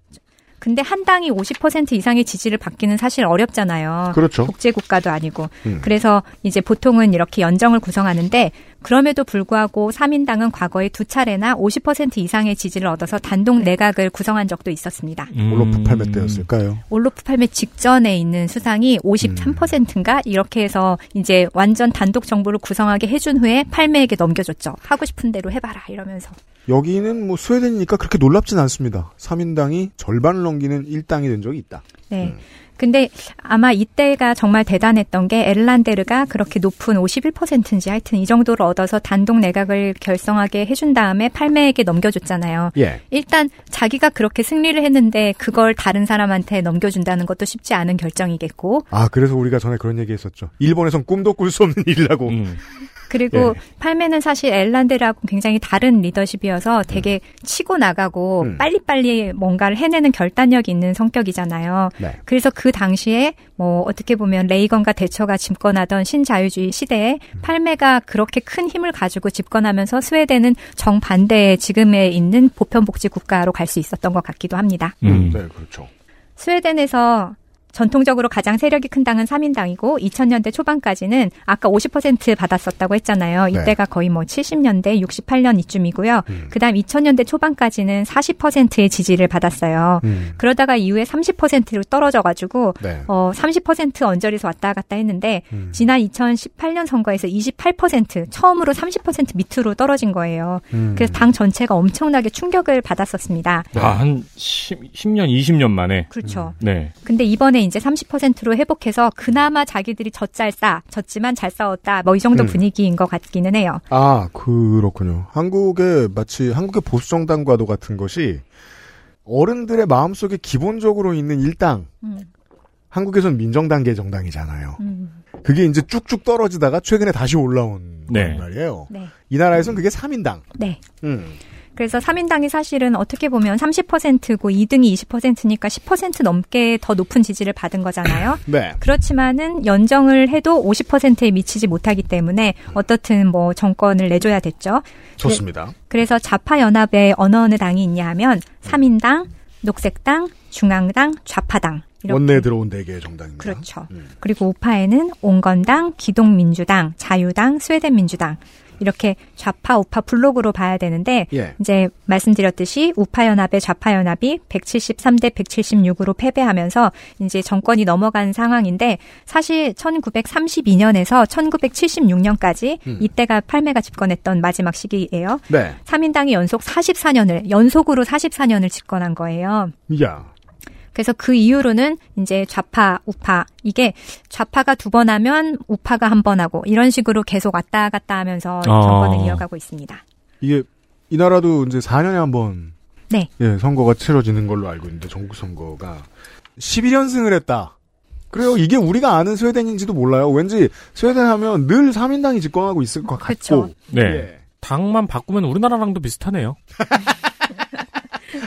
Speaker 13: 근데 한 당이 50% 이상의 지지를 받기는 사실 어렵잖아요.
Speaker 2: 그렇죠.
Speaker 13: 독재국가도 아니고.
Speaker 2: 음.
Speaker 13: 그래서 이제 보통은 이렇게 연정을 구성하는데 그럼에도 불구하고 3인당은 과거에 두 차례나 50% 이상의 지지를 얻어서 단독 내각을 구성한 적도 있었습니다.
Speaker 3: 음.
Speaker 2: 올로프 팔매 때였을까요?
Speaker 13: 올로프 팔매 직전에 있는 수상이 53%인가 이렇게 해서 이제 완전 단독 정부를 구성하게 해준 후에 팔매에게 넘겨줬죠. 하고 싶은 대로 해봐라 이러면서.
Speaker 2: 여기는 뭐 스웨덴이니까 그렇게 놀랍진 않습니다. 3인당이 절반을 넘기는 1당이 된 적이 있다.
Speaker 13: 네. 근데 아마 이때가 정말 대단했던 게 에르란데르가 그렇게 높은 51%인지 하여튼 이 정도를 얻어서 단독 내각을 결성하게 해준 다음에 팔매에게 넘겨줬잖아요.
Speaker 2: 예.
Speaker 13: 일단 자기가 그렇게 승리를 했는데 그걸 다른 사람한테 넘겨준다는 것도 쉽지 않은 결정이겠고
Speaker 2: 아, 그래서 우리가 전에 그런 얘기 했었죠. 일본에선 꿈도 꿀 수 없는 일이라고.
Speaker 3: 음.
Speaker 13: 그리고
Speaker 2: 예.
Speaker 13: 팔매는 사실 엘란데라고 굉장히 다른 리더십이어서 되게 치고 나가고
Speaker 2: 음.
Speaker 13: 빨리빨리 뭔가를 해내는 결단력이 있는 성격이잖아요.
Speaker 2: 네.
Speaker 13: 그래서 그 당시에 뭐 어떻게 보면 레이건과 대처가 집권하던 신자유주의 시대에
Speaker 2: 음.
Speaker 13: 팔매가 그렇게 큰 힘을 가지고 집권하면서 스웨덴은 정반대의 지금에 있는 보편복지 국가로 갈 수 있었던 것 같기도 합니다.
Speaker 2: 음, 네, 그렇죠.
Speaker 13: 스웨덴에서 전통적으로 가장 세력이 큰 당은 3인당이고 2000년대 초반까지는 아까 50% 받았었다고 했잖아요. 이때가 거의 뭐 70년대, 68년 이쯤이고요. 그다음 2000년대 초반까지는 40%의 지지를 받았어요.
Speaker 2: 음.
Speaker 13: 그러다가 이후에 30%로 떨어져 가지고
Speaker 2: 네.
Speaker 13: 어, 30% 언저리에서 왔다 갔다 했는데
Speaker 2: 음.
Speaker 13: 지난 2018년 선거에서 28% 처음으로 30% 밑으로 떨어진 거예요.
Speaker 3: 음.
Speaker 13: 그래서 당 전체가 엄청나게 충격을 받았었습니다.
Speaker 2: 네.
Speaker 3: 아, 한 10, 10년, 20년 만에.
Speaker 13: 그렇죠.
Speaker 3: 네.
Speaker 13: 근데 이번에 이제 30%로 회복해서 그나마 자기들이 젖잘 싸, 졌지만 잘 싸웠다. 뭐 이 정도
Speaker 2: 음.
Speaker 13: 분위기인 것 같기는 해요.
Speaker 2: 아, 그렇군요. 한국의 마치 한국의 보수 정당과도 같은 것이 어른들의 마음속에 기본적으로 있는 일당.
Speaker 13: 음.
Speaker 2: 한국에선 민정당계 정당이잖아요.
Speaker 13: 음.
Speaker 2: 그게 이제 쭉쭉 떨어지다가 최근에 다시 올라온
Speaker 3: 네.
Speaker 2: 말이에요.
Speaker 13: 네.
Speaker 2: 이 나라에선 그게 3인당.
Speaker 13: 네.
Speaker 2: 음.
Speaker 13: 그래서 3인당이 사실은 어떻게 보면 30%고 2등이 20%니까 10% 넘게 더 높은 지지를 받은 거잖아요.
Speaker 2: 네.
Speaker 13: 그렇지만은 연정을 해도 50%에 미치지 못하기 때문에 어떻든 뭐 정권을 내줘야 됐죠. 네.
Speaker 2: 좋습니다.
Speaker 13: 그래서 자파연합에 어느 어느 당이 있냐 하면 3인당, 녹색당, 중앙당, 좌파당. 이렇게
Speaker 2: 원내에 들어온 네 개의 정당입니다. 음.
Speaker 13: 그렇죠. 그리고 우파에는 온건당, 기동민주당, 자유당, 스웨덴민주당 이렇게 좌파 우파 블록으로 봐야 되는데
Speaker 2: 예.
Speaker 13: 이제 말씀드렸듯이 우파 연합의 좌파 연합이 173대 176으로 패배하면서 이제 정권이 넘어간 상황인데 사실 1932년에서 1976년까지
Speaker 2: 음.
Speaker 13: 이때가 팔매가 집권했던 마지막 시기예요.
Speaker 2: 네.
Speaker 13: 3인당이 연속 44년을 연속으로 44년을 집권한 거예요.
Speaker 2: 야.
Speaker 13: 그래서 그 이후로는 이제 좌파, 우파 이게 좌파가 두 번 하면 우파가 한 번 하고 이런 식으로 계속 왔다 갔다 하면서
Speaker 2: 아.
Speaker 13: 정권을 이어가고 있습니다.
Speaker 2: 이게 이 나라도 이제 4년에 한 번
Speaker 13: 네.
Speaker 2: 예, 선거가 치러지는 걸로 알고 있는데 전국 선거가 11연승을 했다. 그래요. 이게 우리가 아는 스웨덴인지도 몰라요. 왠지 스웨덴 하면 늘 3인당이 집권하고 있을 것 같고.
Speaker 13: 그쵸.
Speaker 3: 네.
Speaker 2: 예.
Speaker 3: 당만 바꾸면 우리나라랑도 비슷하네요.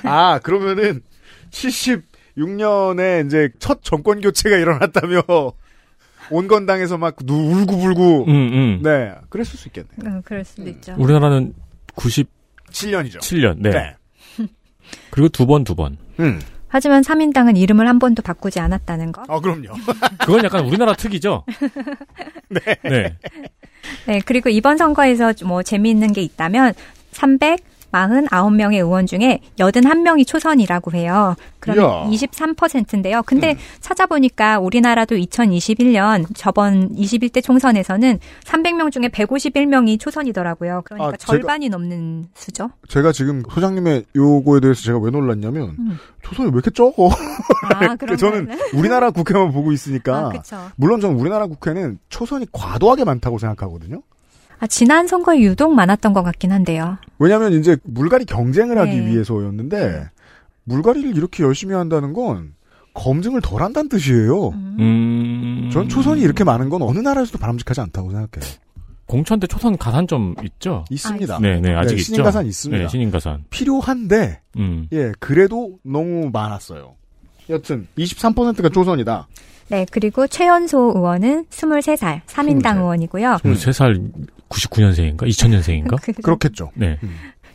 Speaker 2: 아, 그러면은 76년에 이제 첫 정권 교체가 일어났다며 온 건당에서 막 누- 울고불고
Speaker 3: 음, 음.
Speaker 2: 네. 그랬을 수 있겠네.
Speaker 13: 음, 그럴 수도 있죠.
Speaker 3: 우리나라는 90
Speaker 2: 7년이죠.
Speaker 3: 7년. 네.
Speaker 2: 네. 음.
Speaker 3: 그리고 두 번, 두 번.
Speaker 13: 하지만 3인당은 이름을 한 번도 바꾸지 않았다는 거.
Speaker 2: 아, 그럼요.
Speaker 3: 그건 약간 우리나라 특이죠? 네.
Speaker 13: 네, 그리고 이번 선거에서 뭐 재미있는 게 있다면 349명의 의원 중에 81명이 초선이라고 해요. 그러면
Speaker 14: 이야.
Speaker 13: 23%인데요. 근데 찾아보니까 우리나라도 2021년 저번 21대 총선에서는 300명 중에 151명이 초선이더라고요. 그러니까
Speaker 2: 아, 제가-
Speaker 13: 절반이 넘는 수죠.
Speaker 2: 제가 지금 소장님의 요거에 대해서 제가 왜 놀랐냐면
Speaker 13: 음.
Speaker 2: 조선이 왜 이렇게 적어?
Speaker 13: 아, 그런
Speaker 2: 저는
Speaker 13: 거였나요?
Speaker 2: 우리나라 국회만 보고 있으니까
Speaker 13: 아, 그쵸.
Speaker 2: 물론 저는 우리나라 국회는 초선이 과도하게 많다고 생각하거든요.
Speaker 13: 아, 지난 선거에 유독 많았던 것 같긴 한데요.
Speaker 2: 왜냐하면 이제 물갈이 경쟁을 하기
Speaker 13: 네.
Speaker 2: 위해서였는데 물갈이를 이렇게 열심히 한다는 건 검증을 덜 한다는 뜻이에요.
Speaker 13: 음.
Speaker 3: 음.
Speaker 2: 전 초선이 이렇게 많은 건 어느 나라에서도 바람직하지 않다고 생각해요.
Speaker 3: 공천 때 초선 가산점 있죠?
Speaker 2: 있습니다.
Speaker 3: 네, 네, 아직 있죠.
Speaker 2: 신인 가산 있습니다.
Speaker 3: 네, 신인 가산.
Speaker 2: 필요한데
Speaker 3: 음.
Speaker 2: 예 그래도 너무 많았어요. 여튼 23%가 초선이다.
Speaker 13: 네, 그리고 최연소 의원은 23살, 3인당 의원이고요.
Speaker 3: 23살 99년생인가? 2000년생인가?
Speaker 13: 그-
Speaker 2: 그렇겠죠.
Speaker 3: 네.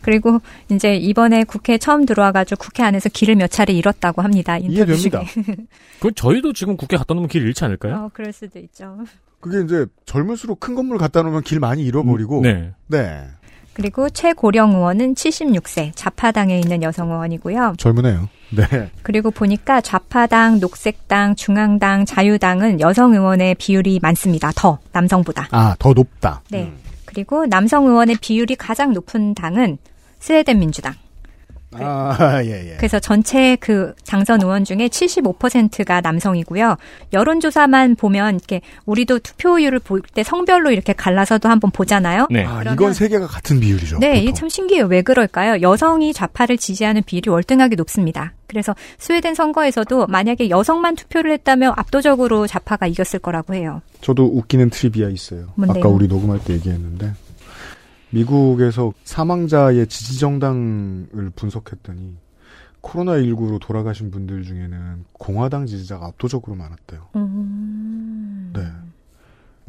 Speaker 13: 그리고 이제 이번에 국회 처음 들어와가지고 국회 안에서 길을 몇 차례 잃었다고 합니다.
Speaker 2: 예.
Speaker 13: 인터뷰
Speaker 3: 이해됩니다.
Speaker 13: 중에.
Speaker 3: 그 저희도 지금 국회 갔다 놓으면 길 잃지 않을까요?
Speaker 13: 어, 그럴 수도 있죠.
Speaker 2: 그게 이제 젊을수록 큰 건물 갖다 놓으면 길 많이 잃어버리고
Speaker 3: 네.
Speaker 2: 네.
Speaker 13: 그리고 최고령 의원은 76세, 좌파당에 있는 여성 의원이고요.
Speaker 2: 젊으네요. 네.
Speaker 13: 그리고 보니까 좌파당, 녹색당, 중앙당, 자유당은 여성 의원의 비율이 많습니다. 더 남성보다.
Speaker 2: 아, 더 높다.
Speaker 13: 네. 그리고 남성 의원의 비율이 가장 높은 당은 스웨덴 민주당. 네.
Speaker 2: 아, 예, 예.
Speaker 13: 그래서 전체 그 당선 의원 중에 75%가 남성이고요. 여론조사만 보면 이렇게 우리도 투표율을 볼 때 성별로 이렇게 갈라서도 한번 보잖아요.
Speaker 2: 아,
Speaker 13: 그러면-
Speaker 2: 이건 세 개가 같은 비율이죠.
Speaker 13: 네, 이게 참 신기해요. 왜 그럴까요? 여성이 좌파를 지지하는 비율이 월등하게 높습니다. 그래서 스웨덴 선거에서도 만약에 여성만 투표를 했다면 압도적으로 좌파가 이겼을 거라고 해요.
Speaker 2: 저도 웃기는 트리비아 있어요.
Speaker 13: 뭔데요?
Speaker 2: 아까 우리 녹음할 때 얘기했는데 미국에서 사망자의 지지 정당을 분석했더니 코로나 19로 돌아가신 분들 중에는 공화당 지지자가 압도적으로 많았대요. 네.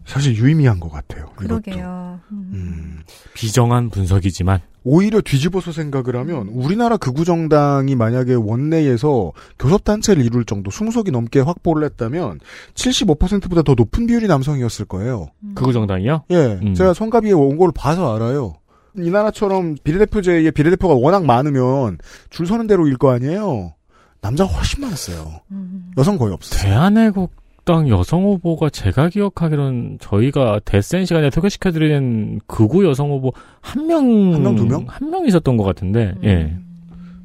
Speaker 2: 사실 유의미한 것 같아요. 이것도.
Speaker 13: 음,
Speaker 2: 음.
Speaker 13: 그러게요. 음,
Speaker 3: 비정한 분석이지만
Speaker 2: 오히려 뒤집어서 생각을 하면 우리나라 극우정당이 만약에 원내에서 교섭단체를 이룰 정도 20석이 넘게 확보를 했다면 75%보다 더 높은 비율이 남성이었을 거예요.
Speaker 3: 극우 정당이요?
Speaker 2: 예, 제가 성가비의 원고를 봐서 알아요. 이 나라처럼 비례대표제의 비례대표가 워낙 많으면 줄 서는 대로 일 거 아니에요. 남자가 훨씬 많았어요.
Speaker 13: 음,
Speaker 2: 여성 거의 없어요.
Speaker 3: 네. 대한애국당 여성 후보가 제가 기억하기로는 저희가 데센 시간에 소개시켜드린 극우 여성 후보 한 명,
Speaker 2: 한 명, 두 명?
Speaker 3: 한 명 있었던 것 같은데,
Speaker 13: 음.
Speaker 3: 예.
Speaker 2: 음.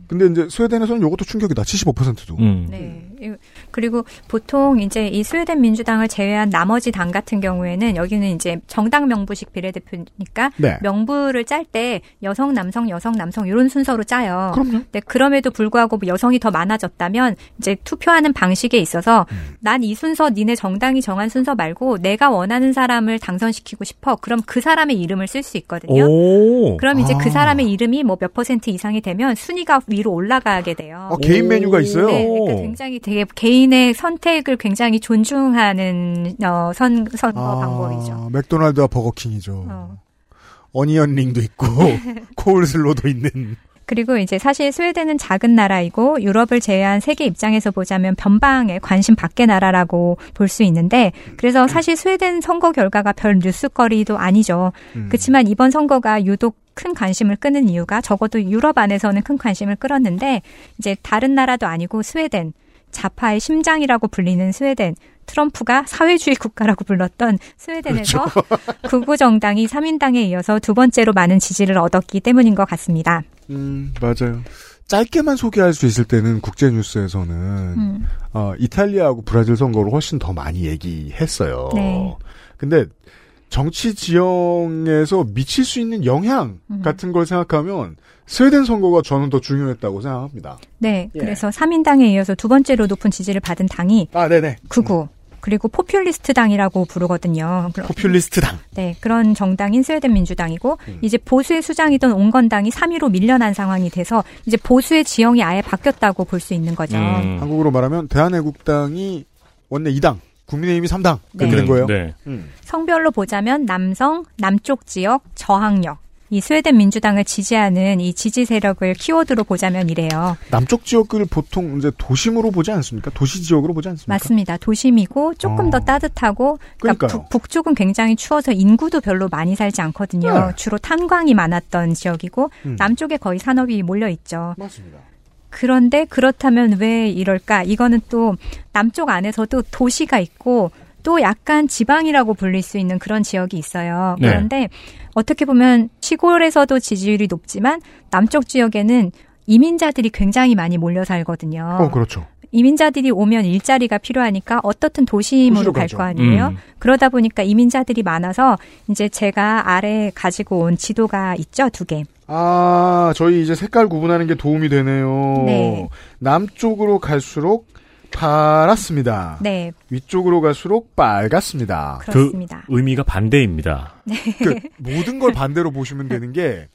Speaker 2: 근데 이제 스웨덴에서는 이것도 충격이다. 75%도.
Speaker 3: 음.
Speaker 2: 음.
Speaker 13: 네. 이- 그리고 보통 이제 이 스웨덴 민주당을 제외한 나머지 당 같은 경우에는 여기는 이제 정당 명부식 비례대표니까
Speaker 14: 네.
Speaker 13: 명부를 짤 때 여성, 남성, 여성, 남성 이런 순서로 짜요.
Speaker 14: 그럼요.
Speaker 13: 근데 그럼에도 불구하고 뭐 여성이 더 많아졌다면 이제 투표하는 방식에 있어서 난 이 순서 니네 정당이 정한 순서 말고 내가 원하는 사람을 당선시키고 싶어. 그럼 그 사람의 이름을 쓸 수 있거든요.
Speaker 3: 오.
Speaker 13: 그럼 이제 그
Speaker 3: 아.
Speaker 13: 사람의 이름이 뭐 몇 퍼센트 이상이 되면 순위가 위로 올라가게 돼요.
Speaker 2: 아, 개인 메뉴가 있어요?
Speaker 13: 네, 그러니까 굉장히 되게 개인의 선택을 굉장히 존중하는 어, 선, 선거 방법이죠. 어.
Speaker 2: 아, 맥도날드와 버거킹이죠. 어니언링도 있고 코울슬로도 있는.
Speaker 13: 그리고 이제 사실 스웨덴은 작은 나라이고 유럽을 제외한 세계 입장에서 보자면 변방에 관심 밖의 나라라고 볼 수 있는데 그래서 사실 스웨덴 선거 결과가 별 뉴스거리도 아니죠.
Speaker 14: 음.
Speaker 13: 그렇지만 이번 선거가 유독 큰 관심을 끄는 이유가 적어도 유럽 안에서는 큰 관심을 끌었는데 이제 다른 나라도 아니고 스웨덴 좌파의 심장이라고 불리는 스웨덴 트럼프가 사회주의 국가라고 불렀던 스웨덴에서 극우 정당이 3인당에 이어서 두 번째로 많은 지지를 얻었기 때문인 것 같습니다.
Speaker 2: 음, 맞아요. 짧게만 소개할 수 있을 때는 국제 뉴스에서는
Speaker 13: 음.
Speaker 2: 어, 이탈리아하고 브라질 선거를 훨씬 더 많이 얘기했어요.
Speaker 13: 네.
Speaker 2: 근데 정치 지형에서 미칠 수 있는 영향
Speaker 13: 음.
Speaker 2: 같은 걸 생각하면 스웨덴 선거가 저는 더 중요했다고 생각합니다.
Speaker 13: 네, 그래서 3인당에 이어서 두 번째로 높은 지지를 받은 당이
Speaker 2: 아, 네네.
Speaker 13: 극우, 그리고 포퓰리스트 당이라고 부르거든요. 그런-
Speaker 14: 포퓰리스트 당.
Speaker 13: 네, 그런 정당인 스웨덴 민주당이고
Speaker 14: 음.
Speaker 13: 이제 보수의 수장이던 온건당이 3위로 밀려난 상황이 돼서 이제 보수의 지형이 아예 바뀌었다고 볼 수 있는 거죠.
Speaker 2: 음.
Speaker 3: 음.
Speaker 2: 한국으로 말하면 대한애국당이 원내 2당, 국민의힘이 3당 그렇게
Speaker 3: 네.
Speaker 2: 된 거예요.
Speaker 3: 네.
Speaker 2: 음.
Speaker 13: 성별로 보자면 남성, 남쪽 지역, 저항력. 이 스웨덴 민주당을 지지하는 이 지지 세력을 키워드로 보자면 이래요.
Speaker 2: 남쪽 지역을 보통 이제 도심으로 보지 않습니까? 도시 지역으로 보지 않습니까?
Speaker 13: 맞습니다. 도심이고 조금 더 따뜻하고 그러니까
Speaker 2: 그러니까요.
Speaker 13: 북, 쪽은 굉장히 추워서 인구도 별로 많이 살지 않거든요.
Speaker 2: 네.
Speaker 13: 주로 탄광이 많았던 지역이고
Speaker 14: 음.
Speaker 13: 남쪽에 거의 산업이 몰려 있죠.
Speaker 2: 맞습니다.
Speaker 13: 그런데 그렇다면 왜 이럴까? 이거는 또 남쪽 안에서도 도시가 있고 또 약간 지방이라고 불릴 수 있는 그런 지역이 있어요.
Speaker 14: 네.
Speaker 13: 그런데 어떻게 보면 시골에서도 지지율이 높지만 남쪽 지역에는 이민자들이 굉장히 많이 몰려 살거든요.
Speaker 2: 어, 그렇죠.
Speaker 13: 이민자들이 오면 일자리가 필요하니까 어떻든
Speaker 14: 도시로
Speaker 13: 도심으로 갈
Speaker 14: 가죠.
Speaker 13: 거 아니에요.
Speaker 14: 음.
Speaker 13: 그러다 보니까 이민자들이 많아서 이제 제가 아래 가지고 온 지도가 있죠 두 개.
Speaker 2: 아, 저희 이제 색깔 구분하는 게 도움이 되네요.
Speaker 13: 네.
Speaker 2: 남쪽으로 갈수록 파랗습니다.
Speaker 13: 네,
Speaker 2: 위쪽으로 갈수록 빨갛습니다.
Speaker 13: 그렇습니다.
Speaker 3: 의미가 반대입니다.
Speaker 2: 모든 걸 반대로 보시면 되는 게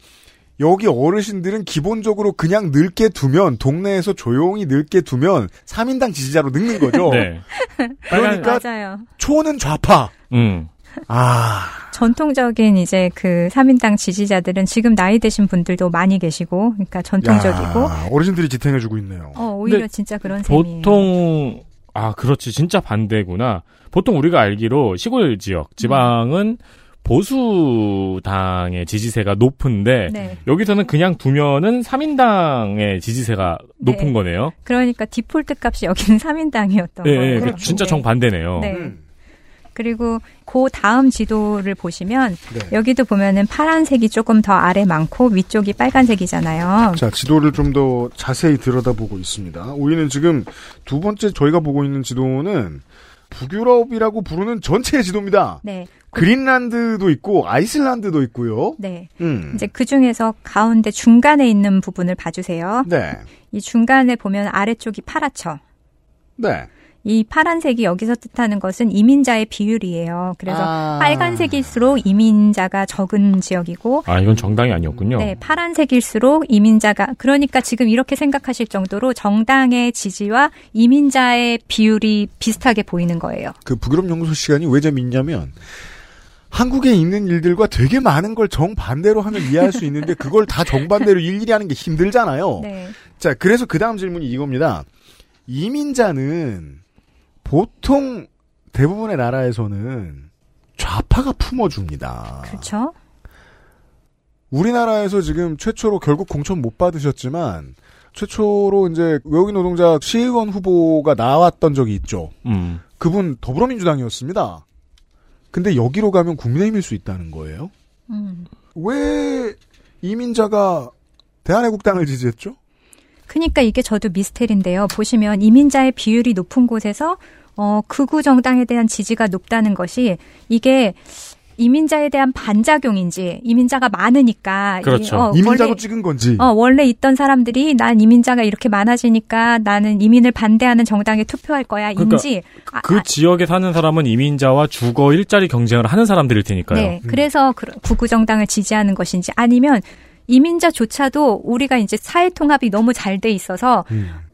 Speaker 2: 여기 어르신들은 기본적으로 그냥 늙게 두면 동네에서 조용히 늙게 두면 3인당 지지자로 늙는 거죠.
Speaker 3: 네.
Speaker 2: 어. 그러니까
Speaker 13: 맞아요.
Speaker 2: 초는 좌파.
Speaker 3: 음.
Speaker 2: 아,
Speaker 13: 전통적인 이제 그 3인당 지지자들은 지금 나이 드신 분들도 많이 계시고, 그러니까 전통적이고,
Speaker 2: 야, 어르신들이 지탱해주고 있네요.
Speaker 13: 어, 오히려
Speaker 3: 근데
Speaker 13: 진짜 그런 셈이에요.
Speaker 3: 보통 아 그렇지 진짜 반대구나. 보통 우리가 알기로 시골 지역 지방은 보수당의 지지세가 높은데
Speaker 13: 네.
Speaker 3: 여기서는 그냥 두면은 3인당의 지지세가 높은
Speaker 13: 네.
Speaker 3: 거네요.
Speaker 13: 그러니까 디폴트 값이 여기는 3인당이었던
Speaker 3: 네, 네,
Speaker 13: 거예요.
Speaker 3: 그 진짜 정반대네요.
Speaker 13: 그렇죠. 네.
Speaker 2: 음.
Speaker 13: 그리고 그 다음 지도를 보시면
Speaker 2: 네.
Speaker 13: 여기도 보면은 파란색이 조금 더 아래 많고 위쪽이 빨간색이잖아요.
Speaker 3: 그렇죠.
Speaker 2: 자, 지도를 좀 더 자세히 들여다보고 있습니다. 우리는 지금 두 번째 저희가 보고 있는 지도는 북유럽이라고 부르는 전체의 지도입니다.
Speaker 13: 네.
Speaker 2: 그린란드도 있고 아이슬란드도 있고요.
Speaker 13: 네.
Speaker 2: 음.
Speaker 13: 이제 그 중에서 가운데 중간에 있는 부분을 봐주세요.
Speaker 2: 네.
Speaker 13: 이 중간에 보면 아래쪽이 파랗죠.
Speaker 2: 네.
Speaker 13: 이 파란색이 여기서 뜻하는 것은 이민자의 비율이에요. 그래서
Speaker 3: 아.
Speaker 13: 빨간색일수록 이민자가 적은 지역이고,
Speaker 3: 아 이건 정당이 아니었군요.
Speaker 13: 네, 파란색일수록 이민자가, 그러니까 지금 이렇게 생각하실 정도로 정당의 지지와 이민자의 비율이 비슷하게 보이는 거예요.
Speaker 2: 그 북유럽 연구소 시간이 왜 재밌냐면 한국에 있는 일들과 되게 많은 걸 정반대로 하면 이해할 수 있는데 그걸 다 정반대로 일일이 하는 게 힘들잖아요.
Speaker 13: 네.
Speaker 2: 자, 그래서 그 다음 질문이 이겁니다. 이민자는 보통 대부분의 나라에서는 좌파가 품어줍니다.
Speaker 13: 그렇죠?
Speaker 2: 우리나라에서 지금 최초로 결국 공천 못 받으셨지만 최초로 이제 외국인 노동자 시의원 후보가 나왔던 적이 있죠.
Speaker 3: 음.
Speaker 2: 그분 더불어민주당이었습니다. 근데 여기로 가면 국민의힘일 수 있다는 거예요.
Speaker 13: 음.
Speaker 2: 왜 이민자가 대한애국당을 지지했죠?
Speaker 13: 그러니까 이게 저도 미스테리인데요. 보시면 이민자의 비율이 높은 곳에서 어, 극우 정당에 대한 지지가 높다는 것이 이게 이민자에 대한 반작용인지 이민자가 많으니까 이- 어,
Speaker 2: 이민자로
Speaker 13: 원래-
Speaker 2: 찍은 건지.
Speaker 13: 어, 원래 있던 사람들이 난 이민자가 이렇게 많아지니까 나는 이민을 반대하는 정당에 투표할 거야. 인지. 아,
Speaker 3: 그 지역에 사는 사람은 이민자와 주거 일자리 경쟁을 하는 사람들일 테니까요.
Speaker 13: 네. 그래서 그- 구구 정당을 지지하는 것인지 아니면 이민자조차도 우리가 이제 사회 통합이 너무 잘 돼 있어서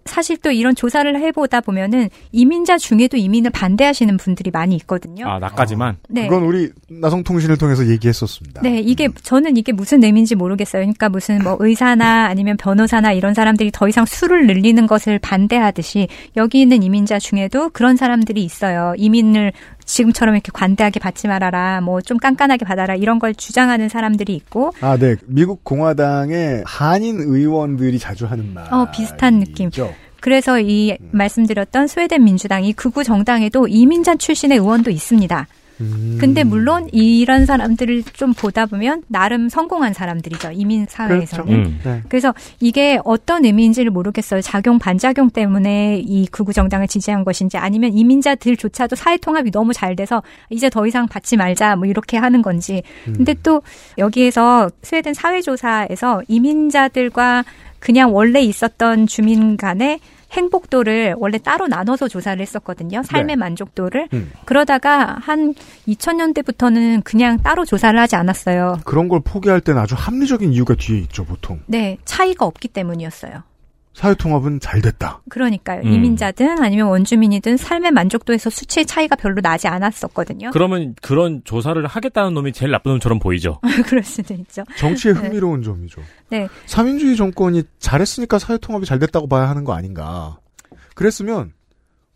Speaker 13: 사실 또 이런 조사를 해보다 보면은 이민자 중에도 이민을 반대하시는 분들이 많이 있거든요.
Speaker 3: 아 나까지만.
Speaker 13: 네.
Speaker 2: 그건 음. 우리 나성통신을 통해서 얘기했었습니다.
Speaker 13: 네, 이게 저는 이게 무슨 의미인지 모르겠어요. 그러니까 무슨 뭐 의사나 아니면 변호사나 이런 사람들이 더 이상 수를 늘리는 것을 반대하듯이 여기 있는 이민자 중에도 그런 사람들이 있어요. 이민을 지금처럼 이렇게 관대하게 받지 말아라, 뭐 좀 깐깐하게 받아라 이런 걸 주장하는 사람들이 있고,
Speaker 2: 아, 네. 미국 공화당의 한인 의원들이 자주 하는 말.
Speaker 13: 어 비슷한 느낌.
Speaker 2: 있죠.
Speaker 13: 그래서 이 말씀드렸던 스웨덴 민주당이 극우 정당에도 이민자 출신의 의원도 있습니다.
Speaker 2: 음.
Speaker 13: 근데 물론 이런 사람들을 좀 보다 보면 나름 성공한 사람들이죠 이민 사회에서는.
Speaker 3: 그렇죠.
Speaker 14: 음. 네.
Speaker 13: 그래서 이게 어떤 의미인지를 모르겠어요. 작용 반작용 때문에 이 극우 정당을 지지한 것인지 아니면 이민자들조차도 사회 통합이 너무 잘 돼서 이제 더 이상 받지 말자 뭐 이렇게 하는 건지. 근데 또 여기에서 스웨덴 사회조사에서 이민자들과 그냥 원래 있었던 주민 간의 행복도를 원래 따로 나눠서 조사를 했었거든요.
Speaker 14: 네.
Speaker 13: 삶의 만족도를.
Speaker 2: 음.
Speaker 13: 그러다가 한 2000년대부터는 그냥 따로 조사를 하지 않았어요.
Speaker 2: 그런 걸 포기할 땐 아주 합리적인 이유가 뒤에 있죠, 보통.
Speaker 13: 네, 차이가 없기 때문이었어요.
Speaker 2: 사회통합은 잘 됐다.
Speaker 13: 그러니까요.
Speaker 3: 음.
Speaker 13: 이민자든 아니면 원주민이든 삶의 만족도에서 수치의 차이가 별로 나지 않았었거든요.
Speaker 3: 그러면 그런 조사를 하겠다는 놈이 제일 나쁜 놈처럼 보이죠.
Speaker 13: 그럴 수도 있죠.
Speaker 2: 정치의
Speaker 13: 네.
Speaker 2: 흥미로운 점이죠.
Speaker 13: 네.
Speaker 2: 사민주의 정권이 잘했으니까 사회통합이 잘 됐다고 봐야 하는 거 아닌가. 그랬으면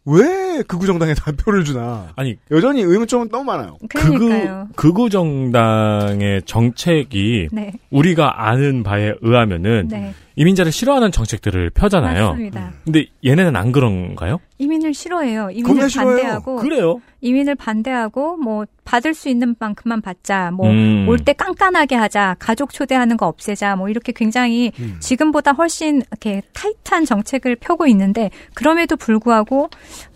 Speaker 2: 왜 극우정당에 다 표를 주나.
Speaker 3: 아니
Speaker 2: 여전히 의문점은 너무 많아요.
Speaker 13: 그러니까요.
Speaker 3: 극우 정당의 정책이
Speaker 13: 네.
Speaker 3: 우리가 아는 바에 의하면은
Speaker 13: 네.
Speaker 3: 이민자를 싫어하는 정책들을 펴잖아요.
Speaker 13: 맞습니다.
Speaker 3: 근데 얘네는 안 그런가요?
Speaker 13: 이민을 싫어해요.
Speaker 3: 겁나
Speaker 13: 이민을
Speaker 3: 싫어해요.
Speaker 13: 반대하고
Speaker 3: 그래요.
Speaker 13: 이민을 반대하고 뭐 받을 수 있는 만큼만 받자. 뭐 올
Speaker 3: 음.
Speaker 13: 때 깐깐하게 하자. 가족 초대하는 거 없애자. 뭐 이렇게 굉장히
Speaker 2: 음.
Speaker 13: 지금보다 훨씬 이렇게 타이트한 정책을 펴고 있는데 그럼에도 불구하고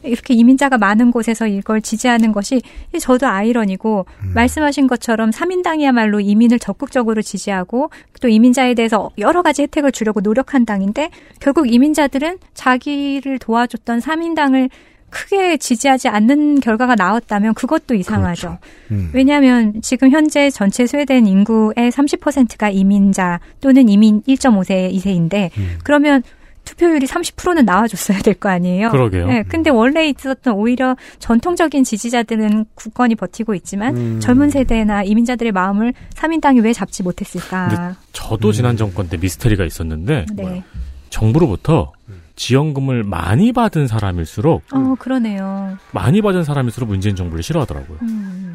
Speaker 13: 이렇게 이민자가 많은 곳에서 이걸 지지하는 것이 저도 아이러니고 말씀하신 것처럼 삼인당이야말로 이민을 적극적으로 지지하고 또 이민자에 대해서 여러 가지 혜택을 주려고 노력한 당인데 결국 이민자들은 자기를 도와줬던 삼인당을 크게 지지하지 않는 결과가 나왔다면 그것도 이상하죠.
Speaker 2: 음.
Speaker 13: 왜냐하면 지금 현재 전체 스웨덴 인구의 30%가 이민자 또는 이민 1.5세, 2세인데
Speaker 3: 음.
Speaker 13: 그러면 투표율이 30%는 나와줬어야 될 거 아니에요.
Speaker 3: 그러게요.
Speaker 13: 네, 근데 원래 있었던 오히려 전통적인 지지자들은 굳건히 버티고 있지만
Speaker 3: 음.
Speaker 13: 젊은 세대나 이민자들의 마음을 3인당이 왜 잡지 못했을까?
Speaker 3: 저도 지난 정권 때 미스터리가 있었는데
Speaker 13: 음. 네. 음.
Speaker 3: 정부로부터 지원금을 많이 받은 사람일수록
Speaker 13: 어, 그러네요.
Speaker 3: 많이 받은 사람일수록 문재인 정부를 싫어하더라고요.
Speaker 13: 음.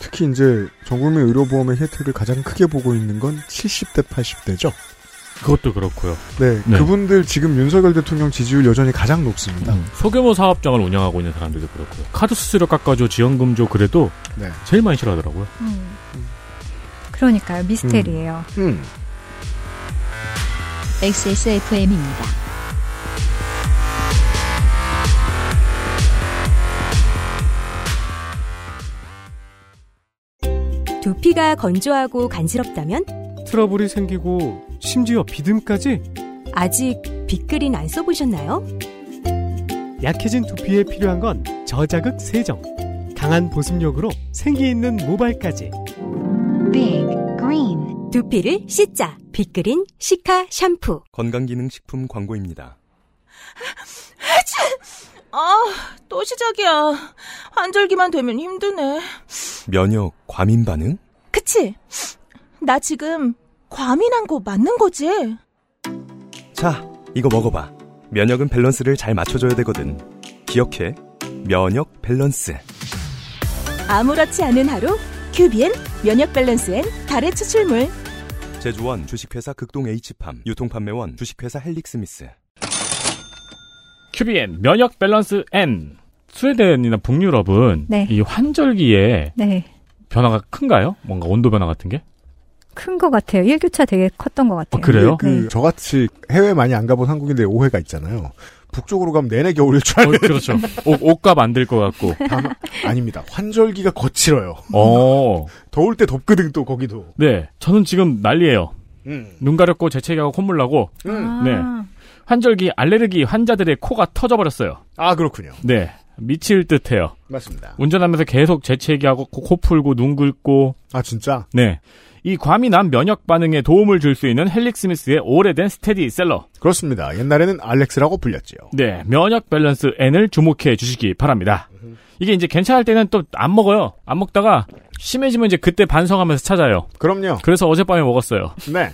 Speaker 2: 특히 이제 전국민 의료보험의 혜택을 가장 크게 보고 있는 건 70대, 80대죠.
Speaker 3: 그것도 그렇고요.
Speaker 2: 네,
Speaker 3: 네.
Speaker 2: 그분들 지금 윤석열 대통령 지지율 여전히 가장 높습니다.
Speaker 13: 음.
Speaker 3: 소규모 사업장을 운영하고 있는 사람들도 그렇고요. 카드 수수료 깎아줘, 지원금 줘 그래도
Speaker 2: 네.
Speaker 3: 제일 많이 싫어하더라고요.
Speaker 13: 음. 그러니까요. 미스테리예요.
Speaker 3: 음.
Speaker 2: 음. 네,
Speaker 1: XSFM입니다.
Speaker 15: 두피가 건조하고 간지럽다면
Speaker 10: 트러블이 생기고 심지어 비듬까지
Speaker 15: 아직 빅그린 안 써보셨나요?
Speaker 10: 약해진 두피에 필요한 건 저자극 세정. 강한 보습력으로 생기 있는 모발까지.
Speaker 15: 빅 그린 두피를 씻자 빅그린 시카 샴푸
Speaker 5: 건강기능식품 광고입니다.
Speaker 16: 아, 또 시작이야. 환절기만 되면 힘드네.
Speaker 5: 면역 과민 반응?
Speaker 16: 그치? 나 지금 과민한 거 맞는 거지?
Speaker 5: 자, 이거 먹어봐. 면역은 밸런스를 잘 맞춰줘야 되거든. 기억해. 면역 밸런스.
Speaker 6: 아무렇지 않은 하루 큐비엔 면역 밸런스엔 달의 추출물
Speaker 5: 제조원 주식회사 극동 H팜 유통판매원 주식회사 헬릭스미스.
Speaker 3: 큐비엔 면역 밸런스 N. 스웨덴이나 북유럽은
Speaker 13: 네.
Speaker 3: 이 환절기에
Speaker 13: 네.
Speaker 3: 변화가 큰가요? 뭔가 온도 변화 같은 게?
Speaker 13: 큰 것 같아요. 일교차 되게 컸던 것 같아요.
Speaker 2: 그
Speaker 13: 네.
Speaker 2: 저같이 해외 많이 안 가본 한국인들의 오해가 있잖아요. 북쪽으로 가면 내내 겨울일 줄 알고.
Speaker 3: 그렇죠. 옷값 안 들 것 같고.
Speaker 2: 아닙니다. 환절기가 거칠어요.
Speaker 3: 어.
Speaker 2: 더울 때 덥거든 또 거기도.
Speaker 3: 네. 저는 지금 난리예요.
Speaker 2: 음.
Speaker 3: 눈 가렵고 재채기하고 콧물 나고.
Speaker 2: 음.
Speaker 3: 네.
Speaker 13: 아.
Speaker 3: 환절기 알레르기 환자들의 코가 터져버렸어요.
Speaker 2: 아 그렇군요.
Speaker 3: 네. 미칠 듯해요.
Speaker 2: 맞습니다.
Speaker 3: 운전하면서 계속 재채기하고 코, 코 풀고 눈 긁고.
Speaker 2: 아 진짜?
Speaker 3: 네. 이 과민한 면역 반응에 도움을 줄 수 있는 헬릭 스미스의 오래된 스테디셀러.
Speaker 2: 그렇습니다. 옛날에는 알렉스라고 불렸지요.
Speaker 3: 네, 면역 밸런스 N을 주목해 주시기 바랍니다. 이게 이제 괜찮을 때는 또 안 먹어요. 안 먹다가 심해지면 이제 그때 반성하면서 찾아요.
Speaker 2: 그럼요.
Speaker 3: 그래서 어젯밤에 먹었어요.
Speaker 2: 네.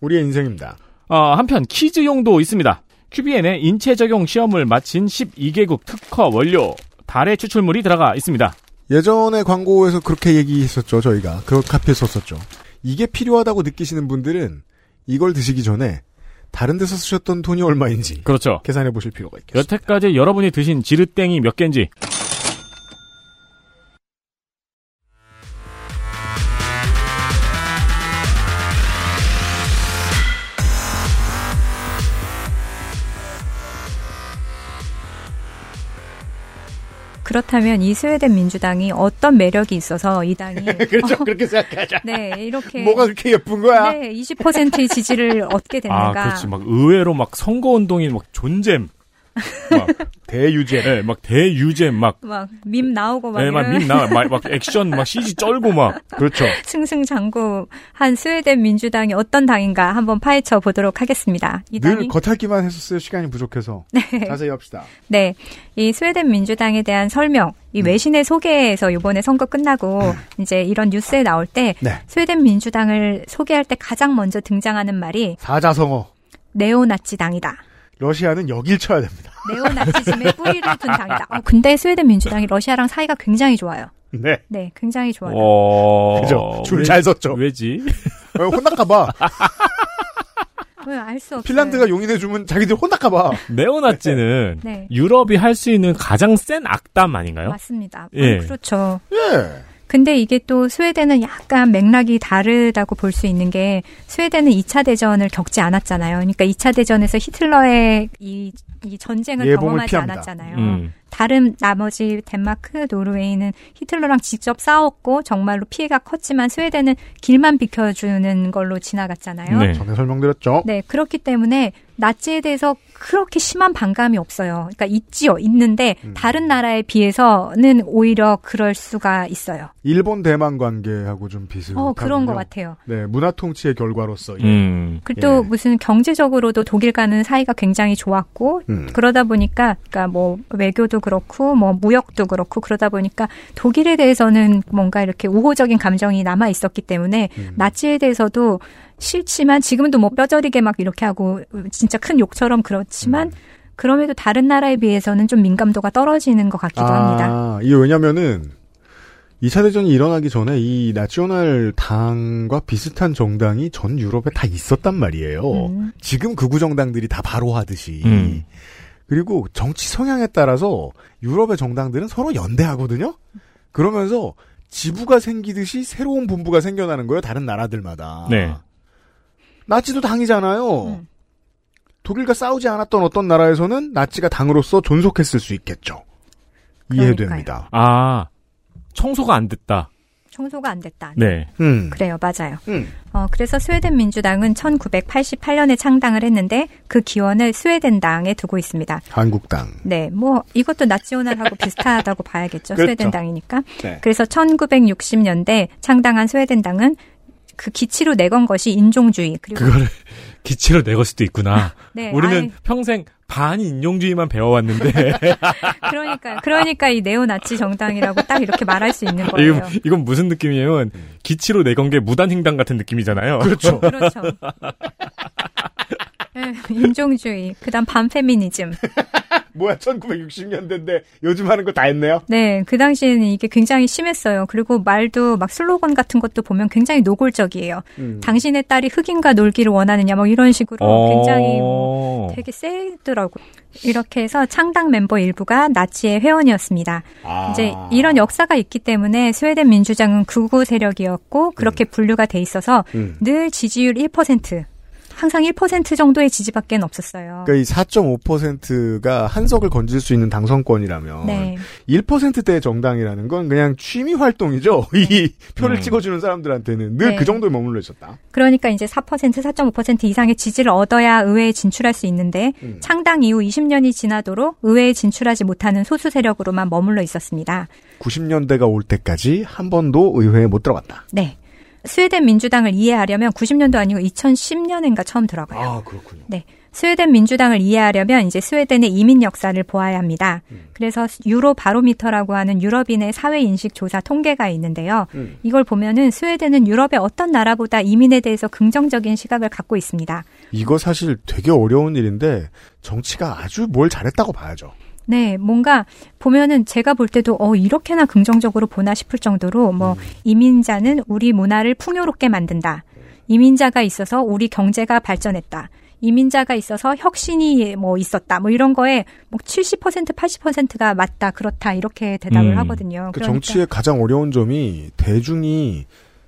Speaker 2: 우리의 인생입니다.
Speaker 3: 아, 한편 키즈용도 있습니다. 큐비엔의 인체 적용 시험을 마친 12개국 특허 원료 달의 추출물이 들어가 있습니다.
Speaker 2: 예전에 광고에서 그렇게 얘기했었죠, 저희가. 그걸 카피했었었죠. 이게 필요하다고 느끼시는 분들은 이걸 드시기 전에 다른 데서 쓰셨던 돈이 얼마인지
Speaker 3: 그렇죠.
Speaker 2: 계산해 보실 필요가 있겠죠.
Speaker 3: 여태까지 여러분이 드신 지르땡이 몇 개인지
Speaker 13: 그렇다면 이 스웨덴 민주당이 어떤 매력이 있어서 이 당이
Speaker 2: 그렇죠. 그렇게 생각하자.
Speaker 13: 네, 이렇게
Speaker 2: 뭐가 그렇게 예쁜 거야?
Speaker 13: 네, 20%의 지지를 얻게 됐는가?
Speaker 3: 뭐. 아, 그렇지. 막 의외로 막 선거 운동이 막 존잼. 막
Speaker 2: 대유죄.
Speaker 3: 네, 막 대유죄 막.
Speaker 13: 막 밈 나오고 막
Speaker 3: 네, 막
Speaker 13: 이런
Speaker 3: 밈 나와, 막, 막 액션, 막 CG 쩔고 막.
Speaker 2: 그렇죠.
Speaker 13: 승승장구 한 스웨덴 민주당이 어떤 당인가 한번 파헤쳐 보도록 하겠습니다. 이
Speaker 2: 늘
Speaker 13: 당이
Speaker 2: 겉핥기만 했었어요. 시간이 부족해서. 자세히 합시다.
Speaker 13: 네, 이 스웨덴 민주당에 대한 설명, 이
Speaker 3: 음.
Speaker 13: 외신의 소개에서 이번에 선거 끝나고 이제 이런 뉴스에 나올 때
Speaker 2: 네.
Speaker 13: 스웨덴 민주당을 소개할 때 가장 먼저 등장하는 말이
Speaker 2: 사자성어.
Speaker 13: 네오나치당이다.
Speaker 2: 러시아는 여길 쳐야 됩니다.
Speaker 13: 네오나치즘의 뿌리를 둔 당이다. 어, 근데 스웨덴 민주당이 러시아랑 사이가 굉장히 좋아요.
Speaker 2: 네.
Speaker 13: 네, 굉장히 좋아요. 뭐
Speaker 3: 어.
Speaker 2: 그죠? 줄 잘 섰죠. 어,
Speaker 3: 왜지?
Speaker 2: 혼날까봐.
Speaker 13: 아, 왜알 수 없어요.
Speaker 2: 핀란드가 용인해주면 자기들 혼날까봐.
Speaker 3: 네오나치는
Speaker 13: 네.
Speaker 3: 유럽이 할 수 있는 가장 센 악담 아닌가요?
Speaker 13: 맞습니다.
Speaker 3: 예.
Speaker 13: 아, 그렇죠.
Speaker 2: 예.
Speaker 13: 근데 이게 또 스웨덴은 약간 맥락이 다르다고 볼 수 있는 게 스웨덴은 2차 대전을 겪지 않았잖아요. 그러니까 2차 대전에서 히틀러의 이, 이 전쟁을
Speaker 14: 예봉을
Speaker 13: 경험하지
Speaker 14: 피합니다.
Speaker 13: 않았잖아요.
Speaker 14: 음.
Speaker 13: 다른 나머지 덴마크, 노르웨이는 히틀러랑 직접 싸웠고 정말로 피해가 컸지만 스웨덴은 길만 비켜주는 걸로 지나갔잖아요.
Speaker 2: 전에 설명드렸죠.
Speaker 13: 네, 그렇기 때문에 나치에 대해서 그렇게 심한 반감이 없어요. 그러니까 있지요, 있는데 다른 나라에 비해서는 오히려 그럴 수가 있어요.
Speaker 2: 일본 대만 관계하고 좀 비슷.
Speaker 13: 어, 그런 것 같아요.
Speaker 2: 네, 문화 통치의 결과로서.
Speaker 3: 음.
Speaker 2: 예.
Speaker 13: 그리고 또 무슨 경제적으로도 독일과는 사이가 굉장히 좋았고
Speaker 2: 음.
Speaker 13: 그러다 보니까 그러니까 뭐 외교도 그렇고 뭐 무역도 그렇고 그러다 보니까 독일에 대해서는 뭔가 이렇게 우호적인 감정이 남아 있었기 때문에 나치에 대해서도 싫지만 지금도 뭐 뼈저리게 막 이렇게 하고 진짜 큰 욕처럼 그렇지만 그럼에도 다른 나라에 비해서는 좀 민감도가 떨어지는 것 같기도 합니다.
Speaker 2: 아, 이게 왜냐면은 2차 대전이 일어나기 전에 이 나치오날 당과 비슷한 정당이 전 유럽에 다 있었단 말이에요.
Speaker 13: 음.
Speaker 2: 지금 극우 정당들이 다 바로 하듯이.
Speaker 3: 음.
Speaker 2: 그리고 정치 성향에 따라서 유럽의 정당들은 서로 연대하거든요. 그러면서 지부가 생기듯이 새로운 본부가 생겨나는 거예요. 다른 나라들마다.
Speaker 3: 네.
Speaker 2: 나치도 당이잖아요.
Speaker 13: 음.
Speaker 2: 독일과 싸우지 않았던 어떤 나라에서는 나치가 당으로서 존속했을 수 있겠죠. 이해됩니다.
Speaker 3: 아, 청소가 안 됐다.
Speaker 13: 청소가 안 됐다.
Speaker 3: 네.
Speaker 2: 음.
Speaker 13: 그래요, 맞아요.
Speaker 2: 음.
Speaker 13: 어, 그래서 스웨덴 민주당은 1988년에 창당을 했는데 그 기원을 스웨덴당에 두고 있습니다.
Speaker 2: 한국당.
Speaker 13: 네, 뭐 이것도 나치오날하고 비슷하다고 봐야겠죠.
Speaker 2: 그렇죠.
Speaker 13: 스웨덴당이니까.
Speaker 2: 네.
Speaker 13: 그래서 1960년대 창당한 스웨덴당은 그 기치로 내건 것이 인종주의 그리고
Speaker 3: 그거를 기치로 내걸 수도 있구나.
Speaker 13: 네,
Speaker 3: 우리는
Speaker 13: 아이.
Speaker 3: 평생 반인종주의만 배워왔는데.
Speaker 13: 그러니까 그러니까 이 네오나치 정당이라고 딱 이렇게 말할 수 있는 거예요.
Speaker 3: 이건, 이건 무슨 느낌이냐면, 기치로 내건 게 무단횡단 같은 느낌이잖아요.
Speaker 2: 음. 그렇죠.
Speaker 13: 그렇죠. 네, 인종주의, 그다음 반페미니즘.
Speaker 2: 뭐야, 1960년대인데 요즘 하는 거 다 했네요?
Speaker 13: 네, 그 당시에는 이게 굉장히 심했어요. 그리고 말도 막 슬로건 같은 것도 보면 굉장히 노골적이에요.
Speaker 2: 음.
Speaker 13: 당신의 딸이 흑인과 놀기를 원하느냐, 뭐 이런 식으로
Speaker 3: 어.
Speaker 13: 굉장히 뭐 되게 세더라고. 요 이렇게 해서 창당 멤버 일부가 나치의 회원이었습니다.
Speaker 2: 아.
Speaker 13: 이제 이런 역사가 있기 때문에 스웨덴 민주당은 극우 세력이었고 그렇게 분류가 돼 있어서
Speaker 2: 음.
Speaker 13: 늘 지지율 1% 항상 1% 정도의 지지밖에 없었어요.
Speaker 2: 그러니까 이 4.5%가 한석을 건질 수 있는 당선권이라면
Speaker 13: 네.
Speaker 2: 1%대 정당이라는 건 그냥 취미 활동이죠. 이 표를 찍어주는 사람들한테는 늘
Speaker 13: 음. 네.
Speaker 2: 그 정도에 머물러 있었다.
Speaker 13: 그러니까 이제 4%, 4.5% 이상의 지지를 얻어야 의회에 진출할 수 있는데 창당 이후 20년이 지나도록 의회에 진출하지 못하는 소수 세력으로만 머물러 있었습니다.
Speaker 2: 90년대가 올 때까지 한 번도 의회에 못 들어갔다.
Speaker 13: 네. 스웨덴 민주당을 이해하려면 90년도 아니고 2010년인가 처음 들어가요.
Speaker 2: 그렇군요.
Speaker 13: 네. 스웨덴 민주당을 이해하려면 이제 스웨덴의 이민 역사를 보아야 합니다. 그래서 유로 바로미터라고 하는 유럽인의 사회 인식 조사 통계가 있는데요.
Speaker 14: 음.
Speaker 13: 이걸 보면은 스웨덴은 유럽의 어떤 나라보다 이민에 대해서 긍정적인 시각을 갖고 있습니다.
Speaker 2: 이거 사실 되게 어려운 일인데 정치가 아주 뭘 잘했다고 봐야죠.
Speaker 13: 네, 뭔가 보면은 제가 볼 때도 어 이렇게나 긍정적으로 보나 싶을 정도로
Speaker 2: 음.
Speaker 13: 뭐 이민자는 우리 문화를 풍요롭게 만든다. 이민자가 있어서 우리 경제가 발전했다. 이민자가 있어서 혁신이 뭐 있었다. 뭐 이런 거에 뭐 70% 80%가 맞다. 그렇다. 이렇게 대답을 하거든요.
Speaker 2: 그
Speaker 13: 그러니까
Speaker 2: 정치의 가장 어려운 점이 대중이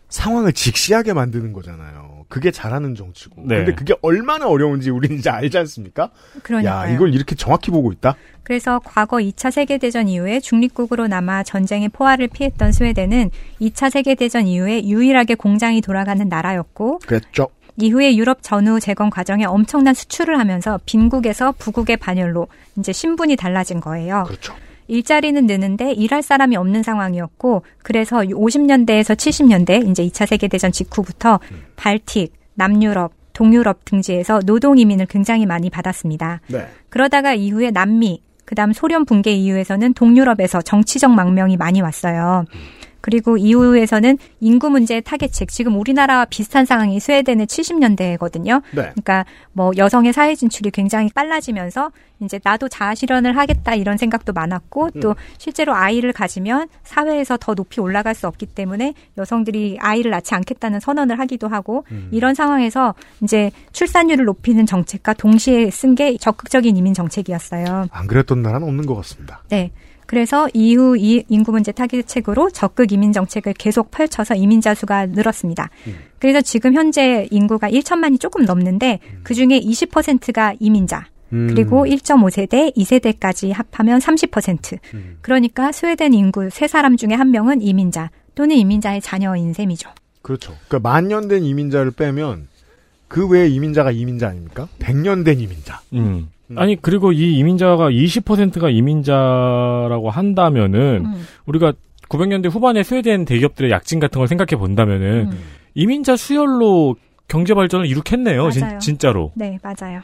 Speaker 2: 상황을 직시하게 만드는 거잖아요. 그게 잘하는 정치고.
Speaker 3: 네.
Speaker 2: 근데 그게 얼마나 어려운지 우리는 이제 알지 않습니까? 야,
Speaker 13: 그러니까요.
Speaker 2: 이걸 이렇게 정확히 보고 있다?
Speaker 13: 그래서 과거 2차 세계대전 이후에 중립국으로 남아 전쟁의 포화를 피했던 스웨덴은 2차 세계대전 이후에 유일하게 공장이 돌아가는 나라였고
Speaker 2: 그랬죠.
Speaker 13: 이후에 유럽 전후 재건 과정에 엄청난 수출을 하면서 빈국에서 부국의 반열로 이제 신분이 달라진 거예요.
Speaker 2: 그렇죠.
Speaker 13: 일자리는 느는데 일할 사람이 없는 상황이었고 그래서 50년대에서 70년대 이제 2차 세계 대전 직후부터 발틱, 남유럽, 동유럽 등지에서 노동 이민을 굉장히 많이 받았습니다.
Speaker 2: 네.
Speaker 13: 그러다가 이후에 남미, 그다음 소련 붕괴 이후에서는 동유럽에서 정치적 망명이 많이 왔어요. 그리고 이후에서는 인구 문제 타겟층, 지금 우리나라와 비슷한 상황이 스웨덴의 70년대거든요.
Speaker 14: 네.
Speaker 13: 그러니까 뭐 여성의 사회 진출이 굉장히 빨라지면서 이제 나도 자아실현을 하겠다 이런 생각도 많았고 또
Speaker 14: 음.
Speaker 13: 실제로 아이를 가지면 사회에서 더 높이 올라갈 수 없기 때문에 여성들이 아이를 낳지 않겠다는 선언을 하기도 하고
Speaker 14: 음.
Speaker 13: 이런 상황에서 이제 출산율을 높이는 정책과 동시에 쓴 게 적극적인 이민 정책이었어요.
Speaker 2: 안 그랬던 나라는 없는 것 같습니다.
Speaker 13: 네. 그래서 이후 이 인구 문제 타깃책으로 적극 이민 정책을 계속 펼쳐서 이민자 수가 늘었습니다. 그래서 지금 현재 인구가 1천만이 조금 넘는데 그 중에 20%가 이민자.
Speaker 14: 음.
Speaker 13: 그리고 1.5세대, 2세대까지 합하면 30%. 그러니까 스웨덴 인구 세사람 중에 한명은 이민자 또는 이민자의 자녀인 셈이죠.
Speaker 2: 그렇죠. 그러니까 만년 된 이민자를 빼면 그 외에 이민자가 이민자 아닙니까? 100년 된 이민자.
Speaker 3: 음. 아니 그리고 이 이민자가 20%가 이민자라고 한다면은
Speaker 13: 음.
Speaker 3: 우리가 900년대 후반에 스웨덴 대기업들의 약진 같은 걸 생각해
Speaker 13: 음.
Speaker 3: 본다면은 이민자 수혈로 경제 발전을 이룩했네요.
Speaker 13: 맞아요.
Speaker 3: 진, 진짜로.
Speaker 13: 네, 맞아요.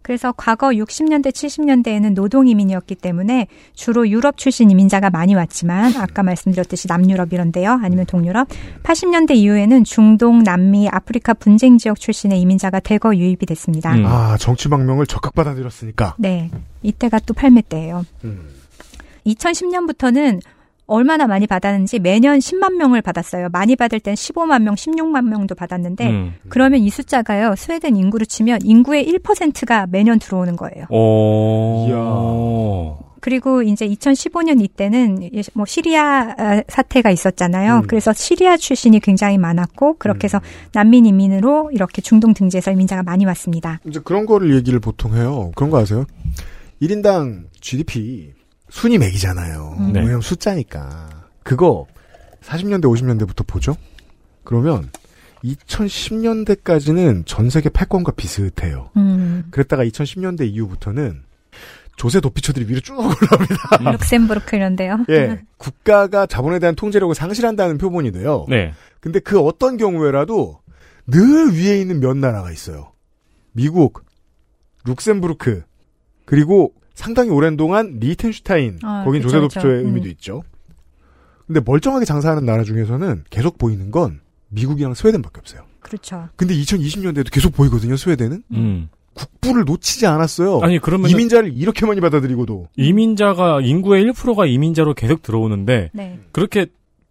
Speaker 13: 그래서 과거 60년대, 70년대에는 노동 이민이었기 때문에 주로 유럽 출신 이민자가 많이 왔지만 아까 말씀드렸듯이 남유럽 이런데요. 아니면 동유럽. 80년대 이후에는 중동, 남미, 아프리카 분쟁 지역 출신의 이민자가 대거 유입이 됐습니다.
Speaker 2: 아, 정치망명을 적극 받아들였으니까.
Speaker 13: 네. 이때가 또 팔매 때예요.
Speaker 2: 음.
Speaker 13: 2010년부터는 얼마나 많이 받았는지 매년 10만 명을 받았어요. 많이 받을 땐 15만 명, 16만 명도 받았는데
Speaker 3: 음.
Speaker 13: 그러면 이 숫자가요. 스웨덴 인구로 치면 인구의 1%가 매년 들어오는 거예요.
Speaker 3: 오.
Speaker 13: 그리고 이제 2015년 이때는 뭐 시리아 아, 사태가 있었잖아요. 그래서 시리아 출신이 굉장히 많았고 그렇게 해서 난민 이민으로 이렇게 중동 등지에서 이민자가 많이 왔습니다.
Speaker 2: 이제 그런 거를 얘기를 보통 해요. 그런 거 아세요? 1인당 GDP 순위 매기잖아요.
Speaker 13: 음. 네.
Speaker 2: 왜냐면 숫자니까. 그거 40년대, 50년대부터 보죠? 그러면 2010년대까지는 전 세계 패권과 비슷해요.
Speaker 13: 음.
Speaker 2: 그랬다가 2010년대 이후부터는 조세 도피처들이 위로 쭉 올라옵니다.
Speaker 13: 룩셈부르크 이런데요.
Speaker 2: 예. 국가가 자본에 대한 통제력을 상실한다는 표본이 돼요.
Speaker 3: 네.
Speaker 2: 근데 그 어떤 경우에라도 늘 위에 있는 몇 나라가 있어요. 미국, 룩셈부르크, 그리고 상당히 오랜 동안 리텐슈타인,
Speaker 14: 아,
Speaker 2: 거긴
Speaker 14: 그쵸,
Speaker 2: 조세도피처의
Speaker 14: 그쵸.
Speaker 2: 의미도
Speaker 14: 음.
Speaker 2: 있죠. 근데 멀쩡하게 장사하는 나라 중에서는 계속 보이는 건 미국이랑 스웨덴밖에 없어요.
Speaker 13: 그렇죠.
Speaker 2: 근데 2020년대에도 계속 보이거든요, 스웨덴은.
Speaker 3: 음.
Speaker 2: 국부를 놓치지 않았어요.
Speaker 3: 아니, 그러면은-
Speaker 2: 이민자를 이렇게 많이 받아들이고도.
Speaker 3: 이민자가 인구의 1%가 이민자로 계속 들어오는데
Speaker 13: 네.
Speaker 3: 그렇게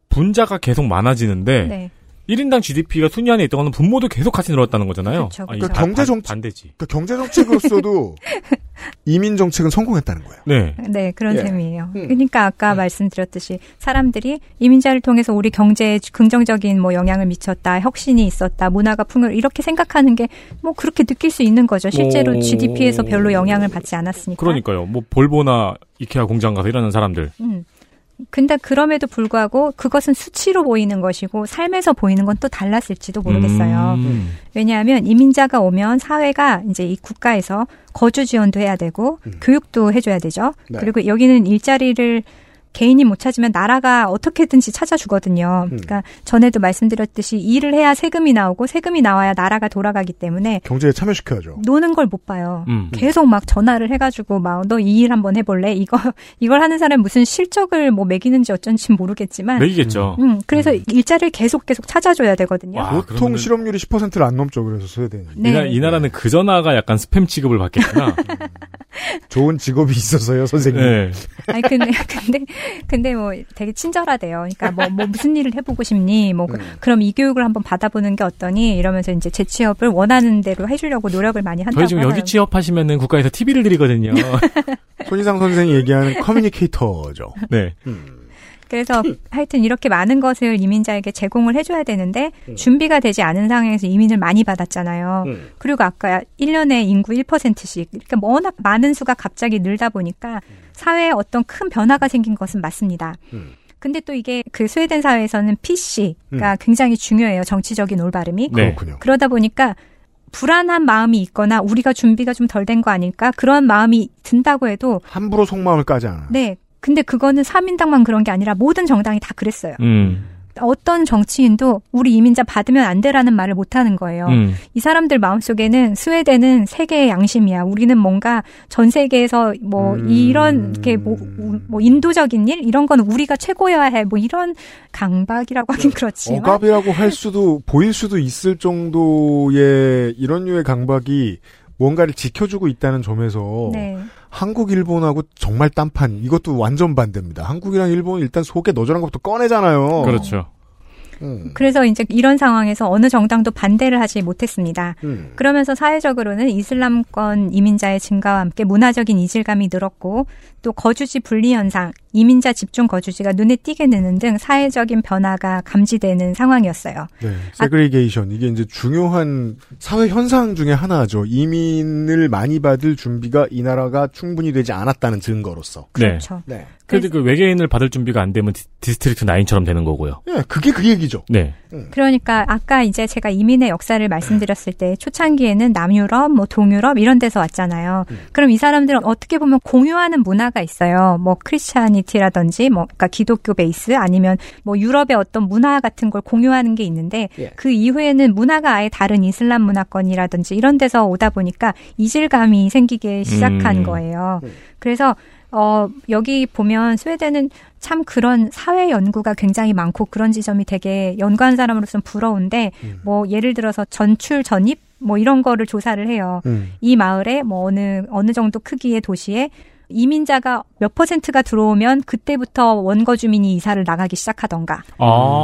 Speaker 3: 분자가 계속 많아지는데
Speaker 13: 네.
Speaker 3: 1인당 GDP가 순위 안에 있던 건 분모도 계속 같이 늘었다는 거잖아요.
Speaker 13: 그쵸,
Speaker 3: 아니,
Speaker 13: 그쵸.
Speaker 3: 바-
Speaker 2: 경제
Speaker 3: 바-
Speaker 2: 정치-
Speaker 3: 반대지.
Speaker 2: 그러니까 경제 정책으로서도 이민 정책은 성공했다는 거예요.
Speaker 3: 네.
Speaker 13: 네, 그런
Speaker 2: 예.
Speaker 13: 셈이에요. 그러니까 아까 말씀드렸듯이 사람들이 이민자를 통해서 우리 경제에 긍정적인 뭐 영향을 미쳤다, 혁신이 있었다, 문화가 풍요롭 이렇게 생각하는 게 뭐 그렇게 느낄 수 있는 거죠. 실제로
Speaker 3: 오.
Speaker 13: GDP에서 별로 영향을 받지 않았으니까.
Speaker 3: 그러니까요. 뭐 볼보나 이케아 공장 가서 일하는 사람들.
Speaker 13: 음. 근데 그럼에도 불구하고 그것은 수치로 보이는 것이고 삶에서 보이는 건 또 달랐을지도 모르겠어요. 네.
Speaker 3: 음.
Speaker 13: 왜냐하면 이민자가 오면 사회가 이제 이 국가에서 거주 지원도 해야 되고 교육도 해줘야 되죠.
Speaker 14: 네.
Speaker 13: 그리고 여기는 일자리를 개인이 못 찾으면 나라가 어떻게든지 찾아주거든요. 그러니까 전에도 말씀드렸듯이 일을 해야 세금이 나오고 세금이 나와야 나라가 돌아가기 때문에
Speaker 2: 경제에 참여시켜야죠.
Speaker 13: 노는 걸 못 봐요.
Speaker 2: 음.
Speaker 13: 계속 막 전화를 해가지고 막 너 이 일 한번 해볼래? 이거 이걸 하는 사람 무슨 실적을 뭐 매기는지 어쩐지 모르겠지만
Speaker 3: 매기겠죠.
Speaker 13: 음, 그래서 일자리를 계속 계속 찾아줘야 되거든요.
Speaker 2: 보통 실업률이 10%를 안 넘죠. 그래서 스웨덴이.
Speaker 13: 네.
Speaker 3: 이, 나, 이 나라는 그전화가 약간 스팸 취급을 받겠구나.
Speaker 2: 좋은 직업이 있어서요, 선생님.
Speaker 3: 네.
Speaker 13: 아니 근데 근데 근데 뭐 되게 친절하대요. 그러니까 뭐, 뭐 무슨 일을 해보고 싶니? 뭐 그-
Speaker 3: 음.
Speaker 13: 그럼 이 교육을 한번 받아보는 게 어떠니? 이러면서 이제 재취업을 원하는 대로 해주려고 노력을 많이 한다고
Speaker 3: 저희 지금
Speaker 13: 하요
Speaker 3: 여기 취업하시면은 국가에서 TV를 드리거든요.
Speaker 2: 손희상 선생이 얘기하는 커뮤니케이터죠.
Speaker 3: 네.
Speaker 13: 그래서 하여튼 이렇게 많은 것을 이민자에게 제공을 해줘야 되는데 준비가 되지 않은 상황에서 이민을 많이 받았잖아요.
Speaker 14: 음.
Speaker 13: 그리고 아까 1년에 인구 1%씩 이렇게 워낙
Speaker 14: 음.
Speaker 13: 많은 수가 갑자기 늘다 보니까 사회에 어떤 큰 변화가 생긴 것은 맞습니다. 근데 또 이게 그 스웨덴 사회에서는 PC가
Speaker 14: 음.
Speaker 13: 굉장히 중요해요. 정치적인 올바름이.
Speaker 14: 네. 그렇군요.
Speaker 13: 그러다 보니까 불안한 마음이 있거나 우리가 준비가 좀 덜 된 거 아닐까 그런 마음이 든다고 해도
Speaker 2: 함부로 속마음을 까지 않아.
Speaker 13: 네. 근데 그거는 3인당만 그런 게 아니라 모든 정당이 다 그랬어요.
Speaker 3: 음.
Speaker 13: 어떤 정치인도 우리 이민자 받으면 안 되라는 말을 못 하는 거예요.
Speaker 14: 음.
Speaker 13: 이 사람들 마음속에는 스웨덴은 세계의 양심이야. 우리는 뭔가 전 세계에서 뭐
Speaker 2: 음.
Speaker 13: 이런 이렇게 뭐, 뭐 인도적인 일 이런 건 우리가 최고여야 해. 뭐 이런 강박이라고 하긴 그렇지만
Speaker 2: 어, 억압이라고 할 수도 보일 수도 있을 정도의 이런 류의 강박이 뭔가를 지켜주고 있다는 점에서
Speaker 13: 네.
Speaker 2: 한국 일본하고 정말 딴판 이것도 완전 반대입니다. 한국이랑 일본은 일단 속에 너저런 것부터
Speaker 13: 어.
Speaker 2: 꺼내잖아요.
Speaker 3: 그렇죠.
Speaker 2: 음.
Speaker 13: 그래서 이제 이런 상황에서 어느 정당도 반대를 하지 못했습니다.
Speaker 2: 음.
Speaker 13: 그러면서 사회적으로는 이슬람권 이민자의 증가와 함께 문화적인 이질감이 늘었고 또 거주지 분리 현상, 이민자 집중 거주지가 눈에 띄게 느는 등 사회적인 변화가 감지되는 상황이었어요.
Speaker 2: 네, 세그리게이션 이게 이제 중요한 사회 현상 중에 하나죠. 이민을 많이 받을 준비가 이 나라가 충분히 되지 않았다는 증거로서.
Speaker 13: 그렇죠.
Speaker 3: 네.
Speaker 2: 네.
Speaker 3: 그래도 그 외계인을 받을 준비가 안 되면 디, 디스트릭트 9처럼 되는 거고요.
Speaker 2: 예, 그게 그 얘기죠.
Speaker 3: 네.
Speaker 13: 그러니까 아까 이제 제가 이민의 역사를 말씀드렸을 때 초창기에는 남유럽, 뭐 동유럽 이런 데서 왔잖아요. 그럼 이 사람들은 어떻게 보면 공유하는 문화가 있어요. 뭐 크리스차니티라든지 뭐 그러니까 기독교 베이스 아니면 뭐 유럽의 어떤 문화 같은 걸 공유하는 게 있는데
Speaker 14: 예.
Speaker 13: 그 이후에는 문화가 아예 다른 이슬람 문화권이라든지 이런 데서 오다 보니까 이질감이 생기기 시작한
Speaker 14: 음.
Speaker 13: 거예요. 그래서 어, 여기 보면 스웨덴은 참 그런 사회 연구가 굉장히 많고 그런 지점이 되게 연구한 사람으로서는 부러운데 뭐 예를 들어서 전출 전입 뭐 이런 거를 조사를 해요.
Speaker 14: 음.
Speaker 13: 이 마을에 뭐 어느 어느 정도 크기의 도시에 이민자가 몇 퍼센트가 들어오면 그때부터 원거 주민이 이사를 나가기 시작하던가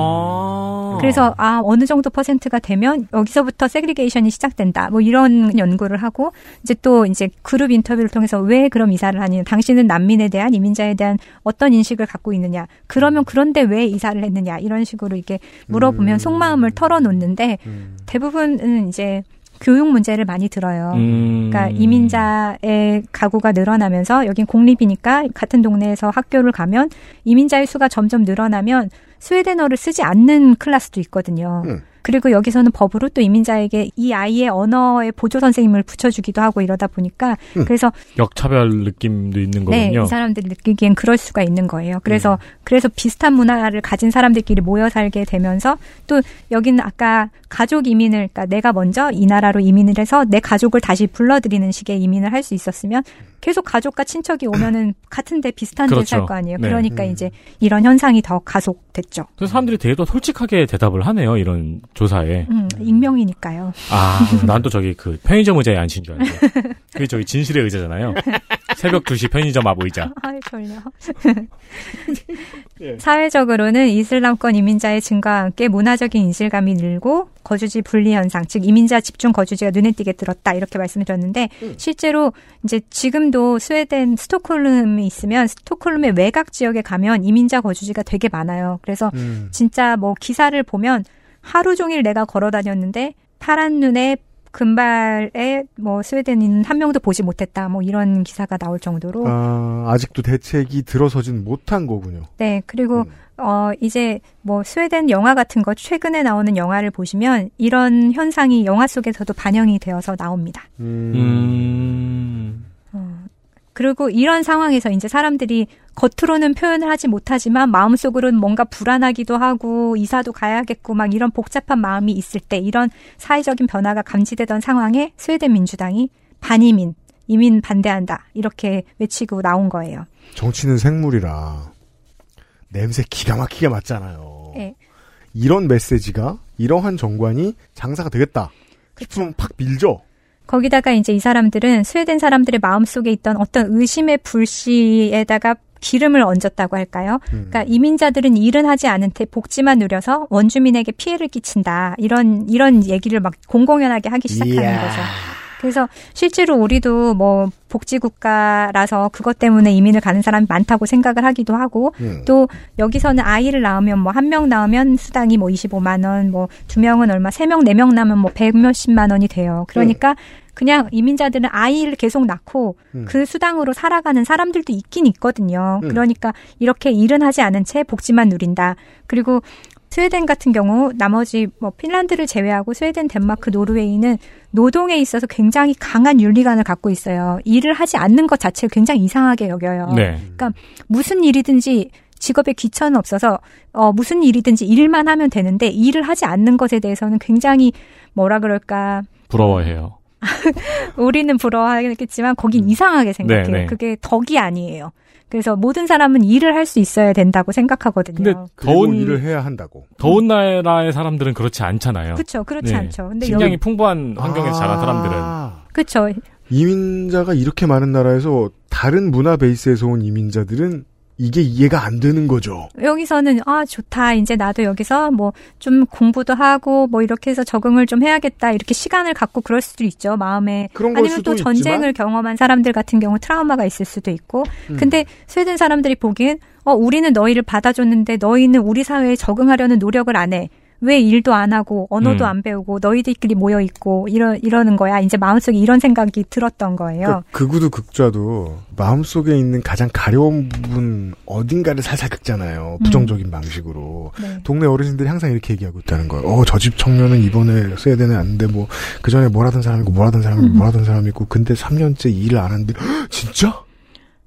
Speaker 3: 아.
Speaker 13: 그래서 아 어느 정도 퍼센트가 되면 여기서부터 세그리게이션이 시작된다. 뭐 이런 연구를 하고 이제 또 이제 그룹 인터뷰를 통해서 왜 그럼 이사를 하느냐. 당신은 난민에 대한 이민자에 대한 어떤 인식을 갖고 있느냐. 그러면 그런데 왜 이사를 했느냐. 이런 식으로 이게 물어보면 속마음을 털어놓는데
Speaker 2: 음.
Speaker 13: 대부분은 이제 교육 문제를 많이 들어요.
Speaker 14: 음.
Speaker 13: 그러니까 이민자의 가구가 늘어나면서 여긴 공립이니까 같은 동네에서 학교를 가면 이민자의 수가 점점 늘어나면 스웨덴어를 쓰지 않는 클래스도 있거든요. 그리고 여기서는 법으로 또 이민자에게 이 아이의 언어의 보조 선생님을 붙여주기도 하고 이러다 보니까 그래서
Speaker 3: 역차별 느낌도 있는
Speaker 13: 네,
Speaker 3: 거군요. 네.
Speaker 13: 이 사람들이 느끼기엔 그럴 수가 있는 거예요. 그래서 그래서 비슷한 문화를 가진 사람들끼리 모여 살게 되면서 또 여기는 아까 가족 이민을 그러니까 내가 먼저 이 나라로 이민을 해서 내 가족을 다시 불러들이는 식의 이민을 할 수 있었으면 계속 가족과 친척이 오면은 같은데 비슷한 데 살
Speaker 3: 그렇죠.
Speaker 13: 거 아니에요.
Speaker 3: 네.
Speaker 13: 그러니까 이제 이런 현상이 더 가속됐죠.
Speaker 3: 그래서 사람들이 되게 더 솔직하게 대답을 하네요. 이런 조사에.
Speaker 13: 음, 익명이니까요.
Speaker 3: 아, 난 또 저기 그 편의점 의자에 앉힌 줄 알고. 그게 저기 진실의 의자잖아요. 새벽 2시 편의점 앞 의자.
Speaker 13: 아이, 졸려. 사회적으로는 이슬람권 이민자의 증가와 함께 문화적인 이질감이 늘고 거주지 분리 현상, 즉 이민자 집중 거주지가 눈에 띄게 들었다 이렇게 말씀드렸는데 실제로 이제 지금도 스웨덴 스톡홀름이 있으면 스톡홀름의 외곽 지역에 가면 이민자 거주지가 되게 많아요. 그래서
Speaker 14: 음.
Speaker 13: 진짜 뭐 기사를 보면 하루 종일 내가 걸어 다녔는데 파란 눈에 금발에 뭐 스웨덴인 한 명도 보지 못했다 뭐 이런 기사가 나올 정도로
Speaker 2: 아, 아직도 대책이 들어서진 못한 거군요.
Speaker 13: 네, 그리고
Speaker 2: 음.
Speaker 13: 어 이제 뭐 스웨덴 영화 같은 거 최근에 나오는 영화를 보시면 이런 현상이 영화 속에서도 반영이 되어서 나옵니다.
Speaker 2: 음.
Speaker 3: 음.
Speaker 13: 그리고 이런 상황에서 이제 사람들이 겉으로는 표현을 하지 못하지만 마음속으로는 뭔가 불안하기도 하고 이사도 가야겠고 막 이런 복잡한 마음이 있을 때 이런 사회적인 변화가 감지되던 상황에 스웨덴 민주당이 반이민, 이민 반대한다 이렇게 외치고 나온 거예요.
Speaker 2: 정치는 생물이라 냄새 기가 막히게 맞잖아요.
Speaker 13: 네.
Speaker 2: 이런 메시지가 이러한 정관이 장사가 되겠다. 싶으면 팍 밀죠.
Speaker 13: 거기다가 이제 이 사람들은 스웨덴 사람들의 마음속에 있던 어떤 의심의 불씨에다가 기름을 얹었다고 할까요?
Speaker 14: 음.
Speaker 13: 그러니까 이민자들은 일은 하지 않은데 복지만 누려서 원주민에게 피해를 끼친다. 이런 이런 얘기를 막 공공연하게 하기 시작하는
Speaker 14: 이야.
Speaker 13: 거죠. 그래서 실제로 우리도 뭐 복지국가라서 그것 때문에 이민을 가는 사람이 많다고 생각을 하기도 하고
Speaker 14: 음.
Speaker 13: 또 여기서는 아이를 낳으면 뭐 한 명 낳으면 수당이 뭐 25만 원, 뭐 두 명은 얼마, 세 명, 네 명 낳으면 뭐 백 몇십만 원이 돼요. 그러니까 그냥 이민자들은 아이를 계속 낳고
Speaker 2: 음.
Speaker 13: 그 수당으로 살아가는 사람들도 있긴 있거든요.
Speaker 2: 음.
Speaker 13: 그러니까 이렇게 일은 하지 않은 채 복지만 누린다. 그리고 스웨덴 같은 경우 나머지 뭐 핀란드를 제외하고 스웨덴, 덴마크, 노르웨이는 노동에 있어서 굉장히 강한 윤리관을 갖고 있어요. 일을 하지 않는 것 자체를 굉장히 이상하게 여겨요.
Speaker 3: 네.
Speaker 13: 그러니까 무슨 일이든지 직업에 귀천은 없어서 어 무슨 일이든지 일만 하면 되는데 일을 하지 않는 것에 대해서는 굉장히 뭐라 그럴까
Speaker 3: 부러워해요.
Speaker 13: 우리는 부러워하겠지만 거긴 이상하게 생각해요.
Speaker 3: 네, 네.
Speaker 13: 그게 덕이 아니에요. 그래서 모든 사람은 일을 할 수 있어야 된다고 생각하거든요.
Speaker 2: 근데
Speaker 3: 그리고
Speaker 2: 더운
Speaker 3: 일을
Speaker 2: 일을 해야 한다고.
Speaker 3: 더운 나라의 사람들은 그렇지 않잖아요.
Speaker 13: 그쵸, 그렇지
Speaker 3: 네.
Speaker 13: 않죠. 근데
Speaker 3: 식량이
Speaker 13: 여기-
Speaker 3: 풍부한 환경에서
Speaker 2: 아.
Speaker 3: 자란 사람들은
Speaker 13: 그렇죠.
Speaker 2: 이민자가 이렇게 많은 나라에서 다른 문화 베이스에서 온 이민자들은 이게 이해가 안 되는 거죠.
Speaker 13: 여기서는 아 좋다 이제 나도 여기서 뭐 좀 공부도 하고 뭐 이렇게 해서 적응을 좀 해야겠다 이렇게 시간을 갖고 그럴 수도 있죠 마음에
Speaker 2: 그런 걸
Speaker 13: 아니면
Speaker 2: 수도
Speaker 13: 또 전쟁을
Speaker 2: 있지만.
Speaker 13: 경험한 사람들 같은 경우 트라우마가 있을 수도 있고
Speaker 2: 음.
Speaker 13: 근데 스웨덴 사람들이 보기엔 어 우리는 너희를 받아줬는데 너희는 우리 사회에 적응하려는 노력을 안 해. 왜 일도 안 하고 언어도
Speaker 2: 음.
Speaker 13: 안 배우고 너희들끼리 모여 있고 이러 이러는 거야. 이제 마음속에 이런 생각이 들었던 거예요.
Speaker 2: 그러니까 극우도 극좌도 마음속에 있는 가장 가려운 부분 어딘가를 살살
Speaker 13: 음.
Speaker 2: 긁잖아요. 부정적인 방식으로. 동네 어르신들이 항상 이렇게 얘기하고 있다는 거예요. 어, 저 집 청년은 이번에 써야 되는 안데 뭐, 그 전에 뭘 하던 사람이고, 뭘 하던
Speaker 13: 음.
Speaker 2: 사람이고, 뭘 하던 사람이고, 근데 3년째 일을 안 하는데, "헉, 진짜?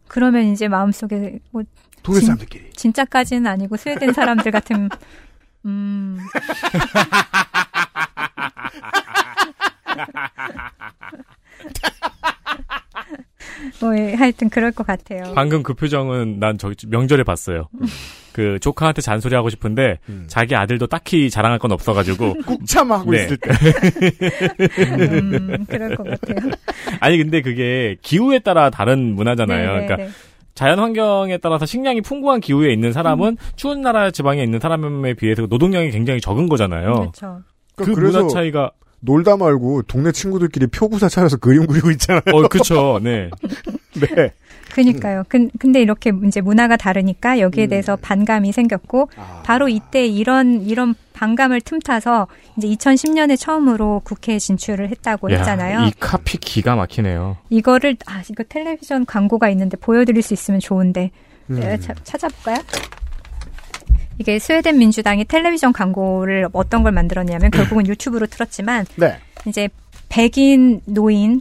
Speaker 13: 그러면 이제 마음속에 뭐
Speaker 2: 동네
Speaker 13: 진-
Speaker 2: 사람들끼리.
Speaker 13: 진짜까지는 아니고 스웨덴 사람들 같은 음 뭐, 예, 하여튼 그럴 것 같아요.
Speaker 3: 방금 그 표정은 난 저기 명절에 봤어요. 그 조카한테 잔소리 하고 싶은데 자기 아들도 딱히 자랑할 건 없어가지고 네.
Speaker 2: 꾹 참아하고 있을 때.
Speaker 13: 음, 그럴 것 같아요.
Speaker 3: 아니 근데 그게 기후에 따라 다른 문화잖아요.
Speaker 13: 네, 네,
Speaker 3: 그러니까
Speaker 13: 네.
Speaker 3: 자연 환경에 따라서 식량이 풍부한 기후에 있는 사람은
Speaker 13: 음.
Speaker 3: 추운 나라 지방에 있는 사람에 비해서 노동량이 굉장히 적은 거잖아요.
Speaker 13: 그렇죠.
Speaker 3: 그 문화 차이가
Speaker 2: 놀다 말고 동네 친구들끼리 표구사 차려서 그림 그리고 있잖아요.
Speaker 3: 어, 그쵸. 네.
Speaker 2: 네.
Speaker 13: 그니까요. 근, 근데 이렇게 이제 문화가 다르니까
Speaker 3: 음.
Speaker 13: 여기에 대해서 반감이 생겼고
Speaker 3: 아.
Speaker 13: 바로 이때 이런 이런 반감을 틈타서 이제 2010년에 처음으로 국회에 진출을 뭐 했다고
Speaker 3: 야,
Speaker 13: 했잖아요.
Speaker 3: 이 카피 기가 막히네요.
Speaker 13: 이거를 아 이거 텔레비전 광고가 있는데 보여드릴 수 있으면 좋은데
Speaker 3: 음.
Speaker 13: 내가 자- 찾아볼까요? 이게 스웨덴 민주당이 텔레비전 광고를 어떤 걸 만들었냐면 결국은 유튜브로 틀었지만
Speaker 2: 네.
Speaker 13: 이제 백인 노인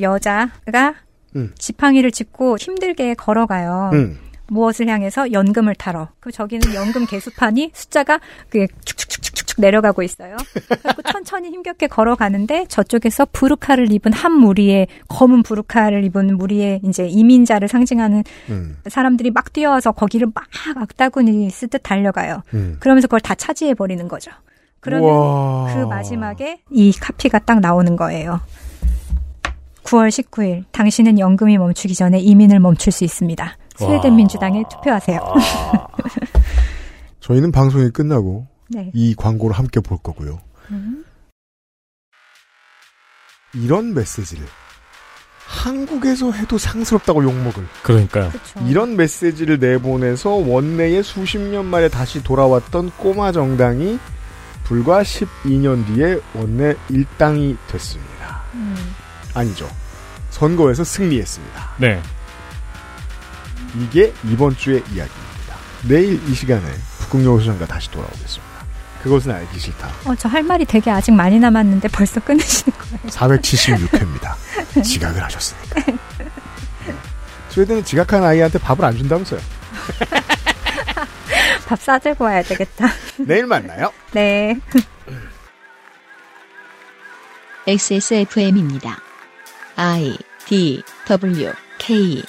Speaker 13: 여자가
Speaker 2: 음.
Speaker 13: 지팡이를 짚고 힘들게 걸어가요.
Speaker 2: 음.
Speaker 13: 무엇을 향해서 연금을 타러. 그 저기는 연금 개수판이 숫자가 그 축축축축축 내려가고 있어요. 그래갖고 천천히 힘겹게 걸어가는데 저쪽에서 부르카를 입은 한 무리의 검은 부르카를 입은 무리의 이제 이민자를 상징하는
Speaker 2: 음,
Speaker 13: 사람들이 막 뛰어와서 거기를 막 악다구니 쓰듯 달려가요.
Speaker 2: 음.
Speaker 13: 그러면서 그걸 다 차지해 버리는 거죠. 그러면
Speaker 2: 우와.
Speaker 13: 그 마지막에 이 카피가 딱 나오는 거예요. 9월 19일 당신은 연금이 멈추기 전에 이민을 멈출 수 있습니다. 스웨덴
Speaker 2: 와.
Speaker 13: 민주당에 투표하세요.
Speaker 2: 저희는 방송이 끝나고
Speaker 13: 네.
Speaker 2: 이 광고를 함께 볼 거고요.
Speaker 13: 음.
Speaker 2: 이런 메시지를 한국에서 해도 상스럽다고 욕먹을.
Speaker 3: 그러니까요.
Speaker 13: 어.
Speaker 2: 이런 메시지를 내보내서 원내에 수십 년 만에 다시 돌아왔던 꼬마 정당이 불과 12년 뒤에 원내 일당이 됐습니다.
Speaker 13: 음.
Speaker 2: 아니죠. 선거에서 승리했습니다.
Speaker 3: 네.
Speaker 2: 이게 이번 주의 이야기입니다. 내일 이 시간에 북극여 소장과 다시 돌아오겠습니다. 그것은 알기 싫다.
Speaker 13: 어, 저 할 말이 되게 아직 많이 남았는데 벌써 끊으시는 거예요.
Speaker 2: 476회입니다. 지각을 하셨으니까. 스웨덴은 지각한 아이한테 밥을 안 준다면서요.
Speaker 13: 밥 싸들고 와야 되겠다.
Speaker 2: 내일 만나요.
Speaker 13: 네.
Speaker 1: XSFM입니다. I D W K